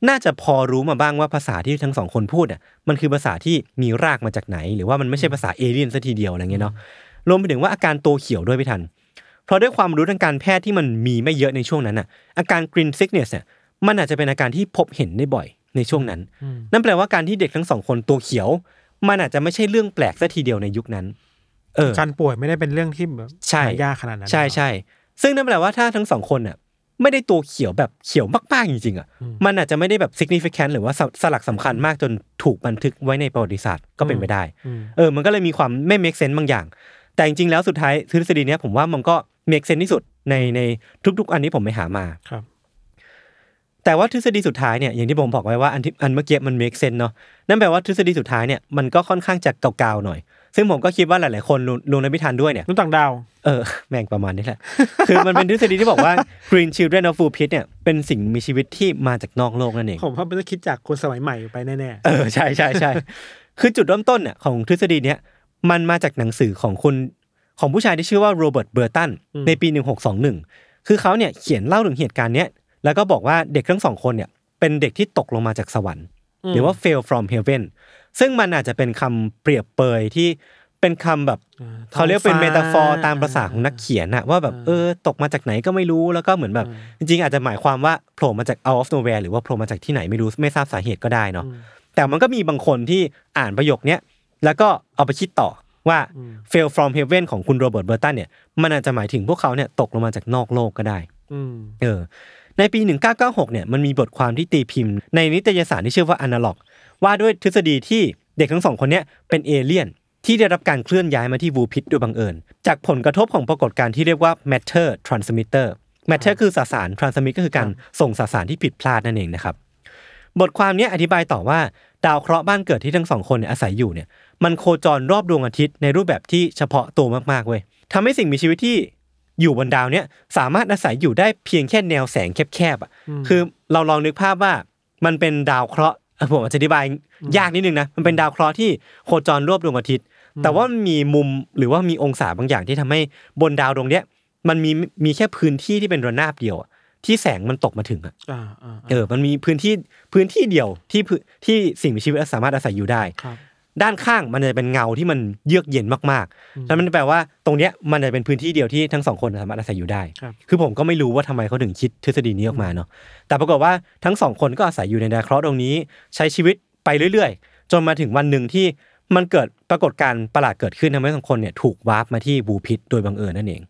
Speaker 2: น่าจะพอรู้มาบ้างว่าภาษาที่ทั้งสองคนพูดอ่ะมันคือภาษาที่มีรากมาจากไหน หรือว่ามันไม่ใช่ภาษาเอเลี่ยนซะทีเดียวอะไรเงี้ยเนาะรวมไปถึงว่าอาการตัวเขียวด้วยพี่ทัน เพราะด้วยความรู้ทางการแพทย์ที่มันมีไม่เยอะในช่วงนั้นน่ะอาการ green sickness เนี่ยมันอาจจะเป็นอาการที่พบเห็นได้บ่อยในช่วงนั้น
Speaker 3: อืม
Speaker 2: นั่นแปลว่าการที่เด็กทั้งสองคนตัวเขียว มันอาจจะไม่ใช่เรื่องแปลกซะทีเดียวในยุคนั้น เออ
Speaker 3: การป่วยไม่ได้เป็นเรื่องที่แบบ
Speaker 2: ใช่
Speaker 3: หายากขนาดนั้น
Speaker 2: ใช่ใช่ซึ่งนั่นแปลว่าถ้าทั้งสองคนน่ะไม่ได้ตัวเขียวแบบเขียวมากๆจริงๆอ่ะ
Speaker 3: อืม
Speaker 2: มันอาจจะไม่ได้แบบ significant หรือว่าสสลักสำคัญมากจนถูกบันทึกไว้ในประวัติศาสตร์ก็เป็นไปได้
Speaker 3: อืม
Speaker 2: เออ มันก็เลยมีความไม่ make sense บางอย่าง แต่จริงๆ แล้วสุดท้ายทฤษฎีเนี้ยผมว่ามันก็ make sense ที่สุดในในทุกๆ อันที่ผมไปหามา
Speaker 3: ครับ
Speaker 2: แต่ว่าทฤษฎีสุดท้ายเนี่ยอย่างที่ผมบอกไว้ว่าอันที่อันเมื่อกี้มัน make sense เนาะ นั่นแปลว่าทฤษฎีสุดท้ายเนี่ยมันก็ค่อนข้างจะเก่าๆหน่อย ซึ่งผมก็คิดว่าหลายๆ คนรวมรวมในพิธานด้วยเนี่ย
Speaker 3: นุ่นต่างดาว
Speaker 2: เออ แม่งประมาณนี้แหละ คือมันเป็นทฤษฎีที่บอกว่า Green Children of Blue Pit เนี่ยเป็นสิ่งมีชีวิตที่มาจากนอกโลกนั่นเอง
Speaker 3: ผมว่ามันจะคิดจากคนสมัยใหม่ไปแน่
Speaker 2: เออใช่ใช่ใช่ คือจุดเริ่มต้นเนี่ยของทฤษฎีเนี้ยมันมาจากหนังสือของคนของผู้ชายที่ชื่อว่าโรเบิร์ตเบอร์ตันในปี 1621 คือเขาเนี่ยเขียนเล่าถึงเหตุการณ์เนี้ยแล้วก็บอกว่าเด็กทั้งสองคนเนี่ยเป็นเด็กที่ตกลงมาจากสวรรค์ หรือว่า fail from heaven ซึ่งมันอาจจะเป็นคำเปรียบเปยที่เป็นคำแบบ
Speaker 3: ๆออ
Speaker 2: เขาเรียกเป็นเมตาฟอร์ตามภาษาของนัก
Speaker 3: เขียน
Speaker 2: เขียนน่ะว่าแบบเออตกมาจากไหนก็ไม่รู้แล้วก็เหมือนแบบ จริงๆ อาจจะหมายความว่าโผล่มาจาก out of nowhere หรือว่าโผล่มาจากที่ไหนไม่รู้ไม่ทราบสาเหตุก็ได้เนาะ
Speaker 3: อืม
Speaker 2: แต่มันก็มีบางคนที่อ่านประโยคเนี้ยแล้วก็เอาไปคิดต่อว่า fail from heaven ของคุณโรเบิร์ตเบอร์ตันเนี่ยมันอาจจะหมายถึงพวกเขาเนี่ยตกลงมาจากนอกโลกก็ได้
Speaker 3: อืม
Speaker 2: เออในปี 1996 เนี่ยมันมีบทความที่ตีพิมพ์ในนิตยสารที่ชื่อว่า Analog ว่าด้วยทฤษฎีที่เด็กทั้งสองคนเนี้ยเป็นเอเลี่ยนที่ได้รับการเคลื่อนย้ายมาที่วูพิทโดยบังเอิญ จากผลกระทบของปรากฏการณ์ที่เรียกว่า matter transmitter matter คือสสาร transmit ก็คือการส่งสสารที่ผิดพลาดนั่นเองนะครับ บทความเนี้ยอธิบายต่อว่า ดาวเคราะห์บ้านเกิดที่ทั้งสองคนเนี่ยอาศัยอยู่เนี่ย มันโคจรรอบดวงอาทิตย์ในรูปแบบที่เฉพาะตัวมากๆเว้ยทำให้สิ่งมีชีวิตที่อยู่บนดาวเนี่ยสามารถอาศัยอยู่ได้เพียงแค่แนวแสงแคบๆอ่ะ คือเราลองนึกภาพว่ามันเป็นดาวเคราะห์เอ่อผมอธิบายยากนิดนึงนะ มันเป็นดาวเคราะห์ที่โคจรรอบดวงอาทิตย์ แต่ว่ามันมีมุมหรือว่ามีองศาบางอย่างที่ทำให้บนดาวดวงเนี้ยมันมีมีแค่พื้นที่ที่เป็นระนาบเดียวอะที่แสงมันตกมาถึงอะ
Speaker 3: อ่าอ่า
Speaker 2: เออ มันมีพื้นที่พื้นที่เดียวที่พื้นที่สิ่งมีชีวิตสามารถอาศัยอยู่ได้
Speaker 3: ครับ
Speaker 2: ด้านข้างมันจะเป็นเงาที่มันเยือกเย็นมากๆแล้วมันแปลว่าตรงเนี้ยมันจะเป็นพื้นที่เดียวที่ทั้งสองคนสามารถอาศัยอยู่ได้
Speaker 3: ครับ
Speaker 2: คือผมก็ไม่รู้ว่าทำไมเขาถึงคิดทฤษฎีนี้ออกมาเนาะ แต่ปรากฏว่าทั้งสองคนก็อาศัยอยู่ในดาวเคราะห์ตรงนี้ ใช้ชีวิตไปเรื่อยๆ จนมาถึงวันหนึ่งที่มันเกิดปรากฏการณ์ประหลาดเกิดขึ้นทำให้ทั้งสองคนเนี่ยถูกวาร์ปมาที่บูพิษโดยบังเอิญนั่นเอง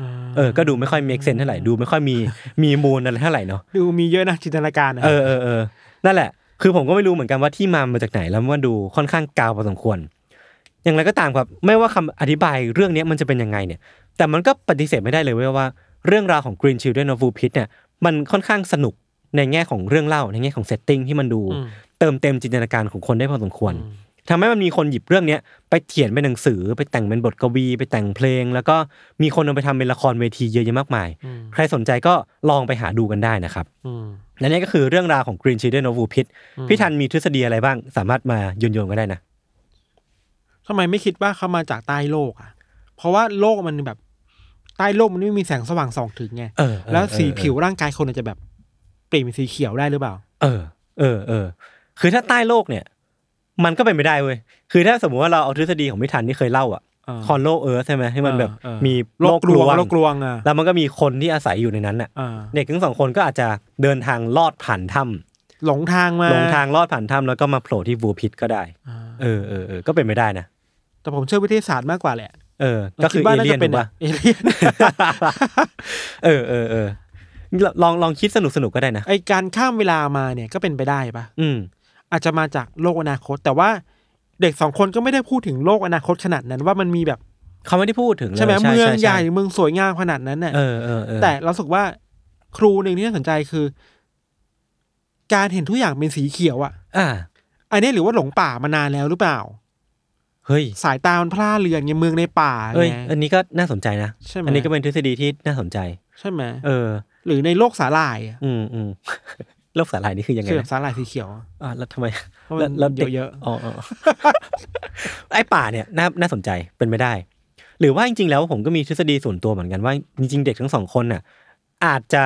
Speaker 3: อ่า
Speaker 2: เออ ก็ดูไม่ค่อยมีเซนเท่าไหร่ ดูไม่ค่อยมีมีมูลอะไรเท่าไหร่เนาะ
Speaker 3: ดูมีเยอะนะจินตนาการนะ
Speaker 2: เออเออเออนั่นแหละ คือผมก็ไม่รู้เหมือนกันว่าที่มามาจากไหน แล้วมันดูค่อนข้างกาวพอสมควร อย่างไรก็ตามครับ ไม่ว่าคำอธิบายเรื่องเนี้ยมันจะเป็นยังไงเนี่ย แต่มันก็ปฏิเสธไม่ได้เลยเว้ยว่าเรื่องราวของ Green Children of Woolpit เนี่ย มันค่อนข้างสนุกในแง่ของเรื่องเล่า ในแง่ของเซตติ้งที่มันดู
Speaker 3: อืม
Speaker 2: เติมเต็มจินตนาการของคนได้พอสมควรทำให้มันมีคนหยิบเรื่องเนี้ยไปเขียนเป็นหนังสือ ไปแต่งเป็นบทกวี ไปแต่งเพลง แล้วก็มีคนเอาไปทำเป็นละครเวทีเยอะแยะมากมาย
Speaker 3: อืม
Speaker 2: ใครสนใจก็ลองไปหาดูกันได้นะครับ
Speaker 3: อืม
Speaker 2: และนี่ก็คือเรื่องราวของ Green Children of w o o p i t พี่ทันมีทฤษฎีอะไรบ้าง สามารถมาโยนโยนๆก็ได้นะ
Speaker 3: ทำไมไม่คิดว่าเขามาจากใต้โลกอ่ะ เพราะว่าโลกมันแบบ ใต้โลกมันไม่มีแสงสว่างส่องถึงไง
Speaker 2: เออเออ
Speaker 3: แล้วสี
Speaker 2: เออ
Speaker 3: ผิวร่างกายคนอาจจะแบบ เปลี่ยนเป็นสีเขียวได้หรือเปล่า
Speaker 2: เออ เออ เออ คือถ้าใต้โลกเนี่ย มันก็เป็นไปได้เว้ย คือถ้าสมมติว่าเราเอาทฤษฎีของพี่ทันที่เคยเล่าอะ
Speaker 3: เออ
Speaker 2: คอนโลเอิร์ธใช่ไหมที่มันแบบ
Speaker 3: เออเออ
Speaker 2: มี
Speaker 3: โลกกลวงโลกกลวงอ่ะ
Speaker 2: แล้วมันก็มีคนที่อาศัยอยู่ในนั้นน่ะ
Speaker 3: อ่า
Speaker 2: เด็กทั้งสองคนก็อาจจะเดินทางลอดผ่านถ้
Speaker 3: หลงทางมา
Speaker 2: ำหลงทางลอดผ่านถ้ำแล้วก็มาโผล่ที่วูพิทก็ได้
Speaker 3: อ่า
Speaker 2: เออเออเออก็เป็นไปได้นะ
Speaker 3: แต่ผมเชื่อวิทยาศาสตร์มากกว่าแหละ
Speaker 2: เออ ก็คือ
Speaker 3: ดว่า
Speaker 2: เอ
Speaker 3: น่า
Speaker 2: เลี่ย
Speaker 3: จะ
Speaker 2: น
Speaker 3: เป็น
Speaker 2: ถูกปะ
Speaker 3: เอเลี่ยน
Speaker 2: เออเออเออลองลองคิดสนุกสนุกก็ได้นะ
Speaker 3: ไอการข้ามเวลามาเนี่ยก็เป็นไปได้ปะ
Speaker 2: อืม
Speaker 3: อาจจะมาจากโลกอนาคต แต่ว่าเด็กสองคนก็ไม่ได้พูดถึงโลกอนาคตขนาดนั้นว่ามันมีแบบ
Speaker 2: เขาไม่ได้พูดถึงเลย
Speaker 3: ใช่ไหมเมืองใหญ่
Speaker 2: ช่
Speaker 3: เมืองสวยงามขนาดนั้นน่ะ
Speaker 2: เออเออเออ
Speaker 3: แต่เราสึกว่าครูหนึ่งที่น่าสนใจคือ การเห็นทุกอย่างเป็นสีเขียวอะ่ะ
Speaker 2: อ่า
Speaker 3: อันนี้หรือว่าหลงป่ามานานแล้วหรือเปล่า
Speaker 2: เฮ้ย
Speaker 3: สายตามันพล่าเรือนไงเมืองในป่า
Speaker 2: เอ้ย
Speaker 3: ไง
Speaker 2: อันนี้ก็น่าสนใจนะ
Speaker 3: ใช่ไหม
Speaker 2: อันนี้ก็เป็นทฤษฎีที่น่าสนใจ
Speaker 3: ใช่ไหม
Speaker 2: เออ
Speaker 3: หรือในโลกสาหร่ายอะ
Speaker 2: อืมอืม โลกสาหร่ายนี่คือยังไง
Speaker 3: คือแบ
Speaker 2: นะ
Speaker 3: บสาหร่ายสีเขียวอะ
Speaker 2: อ่าแล้วทำไม
Speaker 3: เพราะ
Speaker 2: แล้ว
Speaker 3: มั
Speaker 2: น แล้ว
Speaker 3: เย
Speaker 2: ด็
Speaker 3: อะ
Speaker 2: ก
Speaker 3: เยอะ
Speaker 2: อ๋ออ๋อ ไอป่าเนี่ยน่าน่าสนใจเป็นไม่ได้ หรือว่าจริงๆแล้วผมก็มีทฤษฎีส่วนตัวเหมือนกันว่าจริงๆเด็กทั้งสองคนน่ะ อาจจะ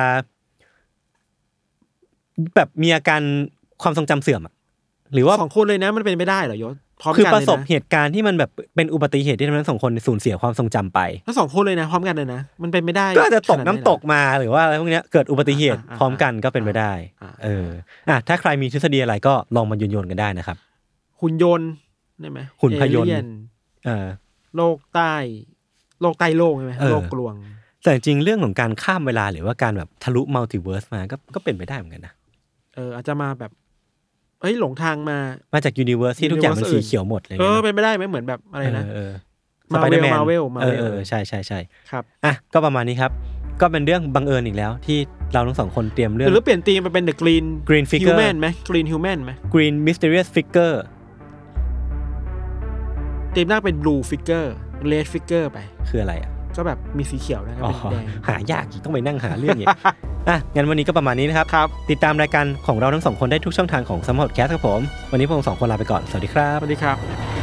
Speaker 2: แบบมีอาการความทรงจำเสื่อมอะหรือว่า
Speaker 3: สองคนเลยนะ มันเป็นไม่ได้เหรอยศพร้อม
Speaker 2: คือ
Speaker 3: กัน
Speaker 2: ประ
Speaker 3: เลย
Speaker 2: สบ
Speaker 3: นะ
Speaker 2: เหตุการณ์ที่มันแบบเป็นอุบัติเหตุที่ทำให้ทั้งสองคนสูญเสียความทรงจำไป
Speaker 3: แล้วสองคนเลยนะพร้อมกันเลยนะมันเป็นไม่ได้
Speaker 2: ก็อาจจะตก
Speaker 3: ขด
Speaker 2: น้ำ
Speaker 3: เลยเหรอ
Speaker 2: ตกมาหรือว่าอะไรพวกเนี้ยเกิดอุบัติเหตุ
Speaker 3: อ่าอ่า
Speaker 2: พร้อมกันก็เป็นไปได้
Speaker 3: อ่า
Speaker 2: เอออ่ะถ้าใครมีทฤษฎีอะไรก็ลองมาโยนโยนๆกันได้นะครับ
Speaker 3: หุ่นยนต์ได้ไหม
Speaker 2: หุ่นพยนต์
Speaker 3: เอเลี่
Speaker 2: เออ
Speaker 3: โลกใต้โลกใต้โลกใช่ไหม
Speaker 2: เออ
Speaker 3: โลกกลวง
Speaker 2: แต่จริงๆเรื่องของการข้ามเวลาหรือว่าการแบบทะลุมัลติเวิร์สมาก็ก็เป็นไปได้เหมือนกันนะ
Speaker 3: เอออาจจะมาแบบ เฮ้ยหลงทางมา
Speaker 2: มาจากยูนิเวอร์สที่ทุกอย่างมัน
Speaker 3: Universe
Speaker 2: สี
Speaker 3: อื่น
Speaker 2: เขียวหมดเลย
Speaker 3: เอ
Speaker 2: เงี้
Speaker 3: อย เป็นไปได้ไหมเหมือนแบบอะไรนะ
Speaker 2: เออ
Speaker 3: Marvel
Speaker 2: Spider-Man
Speaker 3: Marvel Marvel
Speaker 2: เออเออใช่ใช่ใช่
Speaker 3: ครับ
Speaker 2: อ่ะก็ประมาณนี้ครับ ก็เป็นเรื่องบังเอิญอีกแล้ว ที่เราทั้งสองคนเตรียม
Speaker 3: ห
Speaker 2: เรื่อง
Speaker 3: รือเปลี่ยนธีมไปเป็น The Green
Speaker 2: Green Figure
Speaker 3: Human ไหม Green Human ไหม
Speaker 2: Green Mysterious Figure
Speaker 3: ธีมหน้าเป็น Blue Figure Red Figure ไป
Speaker 2: คืออะไรอ่ะ
Speaker 3: ก็แบบมีสีเขียวนะครับ
Speaker 2: อ๋อ
Speaker 3: เป็นแดง
Speaker 2: หายากอีกต้องไปนั่งหาเรื่องอีก อ่ะ งั้นวันนี้ก็ประมาณนี้นะครับ ติดตามรายการของเราทั้งสองคนได้ทุกช่องทางของสมอดแคสครับผม วันนี้พวกเราสองคนลาไปก่อน สวัสดีครับ
Speaker 3: สวัสดีครับ